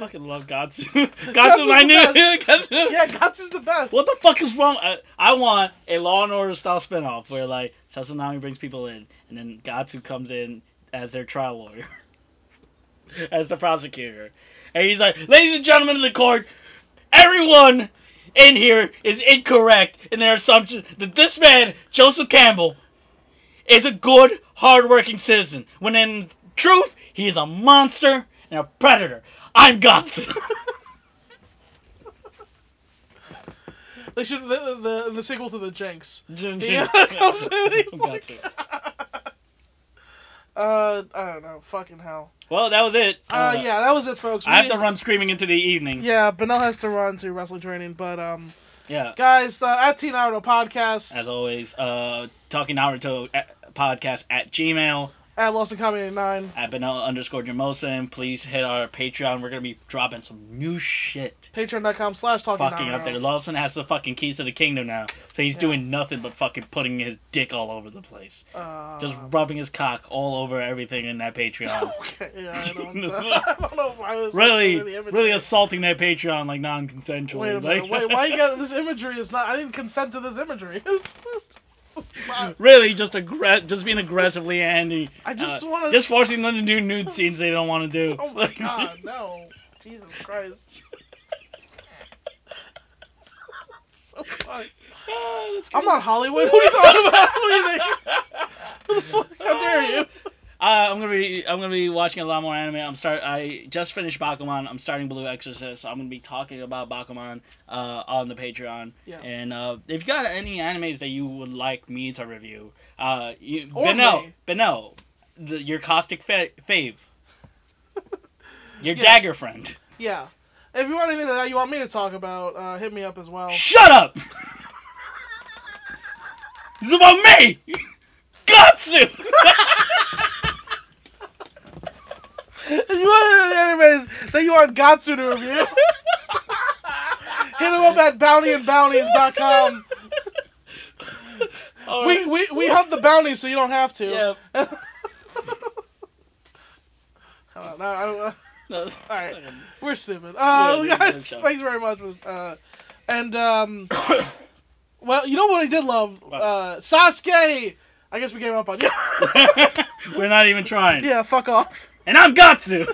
Speaker 2: Fucking love Gatsu. Gatsu,
Speaker 1: Gatsu's
Speaker 2: my
Speaker 1: the
Speaker 2: new.
Speaker 1: best.
Speaker 2: Gatsu.
Speaker 1: yeah, Gatsu's the best.
Speaker 2: What the fuck is wrong? I, I want a Law and Order style spinoff where like Sasanami brings people in, and then Gatsu comes in as their trial lawyer, as the prosecutor, and he's like, "Ladies and gentlemen of the court, everyone in here is incorrect in their assumption that this man, Joseph Campbell, is a good, hardworking citizen, when in truth, he is a monster and a predator. I'm Gatsu."
Speaker 1: They should the the, the, the sequel to the Jenks.
Speaker 2: Jim-
Speaker 1: Yeah,
Speaker 2: Jim-
Speaker 1: comes in, he's
Speaker 2: I'm
Speaker 1: like-
Speaker 2: Gatsu.
Speaker 1: Uh, I don't know. Fucking hell.
Speaker 2: Well, that was it.
Speaker 1: Uh, yeah, that was it, folks.
Speaker 2: I have
Speaker 1: We-
Speaker 2: to run screaming into the evening. Yeah.
Speaker 1: Yeah, Benel has to run to wrestling training, but um, guys, uh, at Teen Naruto podcast
Speaker 2: As always, uh, talking Naruto at, podcast at Gmail
Speaker 1: at Lost and Comedy Nine,
Speaker 2: at Benel underscore Jamosin. Please hit our Patreon. We're gonna be dropping some new shit.
Speaker 1: Patreon.com/slash Talking
Speaker 2: Fucking up there.
Speaker 1: Naruto.
Speaker 2: Lawson has the fucking keys to the kingdom now, so he's
Speaker 1: Yeah.
Speaker 2: doing nothing but fucking putting his dick all over the place,
Speaker 1: Uh,
Speaker 2: just rubbing his cock all over everything in that Patreon.
Speaker 1: okay, yeah, I don't, I don't know why this is
Speaker 2: really,
Speaker 1: the imagery.
Speaker 2: really assaulting that Patreon like non-consensually.
Speaker 1: Wait a
Speaker 2: like,
Speaker 1: minute. Wait, why you got this imagery? Is not. I didn't consent to this imagery.
Speaker 2: really just aggra- just being aggressively anti.
Speaker 1: I just
Speaker 2: uh,
Speaker 1: wanna-
Speaker 2: just forcing them to do nude scenes they don't want to do.
Speaker 1: oh my god, no! Jesus Christ. so fun.
Speaker 2: Ah,
Speaker 1: I'm not Hollywood. What are you talking about? What do you think? How dare you?
Speaker 2: Uh, I'm gonna be I'm gonna be watching a lot more anime. I'm start I just finished Bakuman. I'm starting Blue Exorcist. So I'm gonna be talking about Bakuman uh, on the Patreon.
Speaker 1: Yeah.
Speaker 2: And uh, if you got any animes that you would like me to review, uh, you,
Speaker 1: Or
Speaker 2: Benel,
Speaker 1: me.
Speaker 2: Benel, the, your caustic fa- fave, your
Speaker 1: Yeah.
Speaker 2: dagger friend.
Speaker 1: Yeah. If you want anything that you want me to talk about, uh, hit me up as well.
Speaker 2: Shut up! this is about me! Gotsu!
Speaker 1: If you want any animes that you want Gatsu to review, hit him up at bountyandbounties.com.
Speaker 2: All
Speaker 1: We,
Speaker 2: right.
Speaker 1: we, we hunt the bounties so you don't have to.
Speaker 2: Yeah.
Speaker 1: Hold on, I- I- I-
Speaker 2: No,
Speaker 1: right.
Speaker 2: fucking-
Speaker 1: we're stupid.
Speaker 2: Yeah,
Speaker 1: Uh,
Speaker 2: we- we
Speaker 1: guys,
Speaker 2: don't.
Speaker 1: thanks very much. for- Uh, and, um, well, you know what I did love?
Speaker 2: What?
Speaker 1: Uh, Sasuke! I guess we gave up on you.
Speaker 2: We're not even trying.
Speaker 1: yeah, fuck off.
Speaker 2: And I'm Gatsu!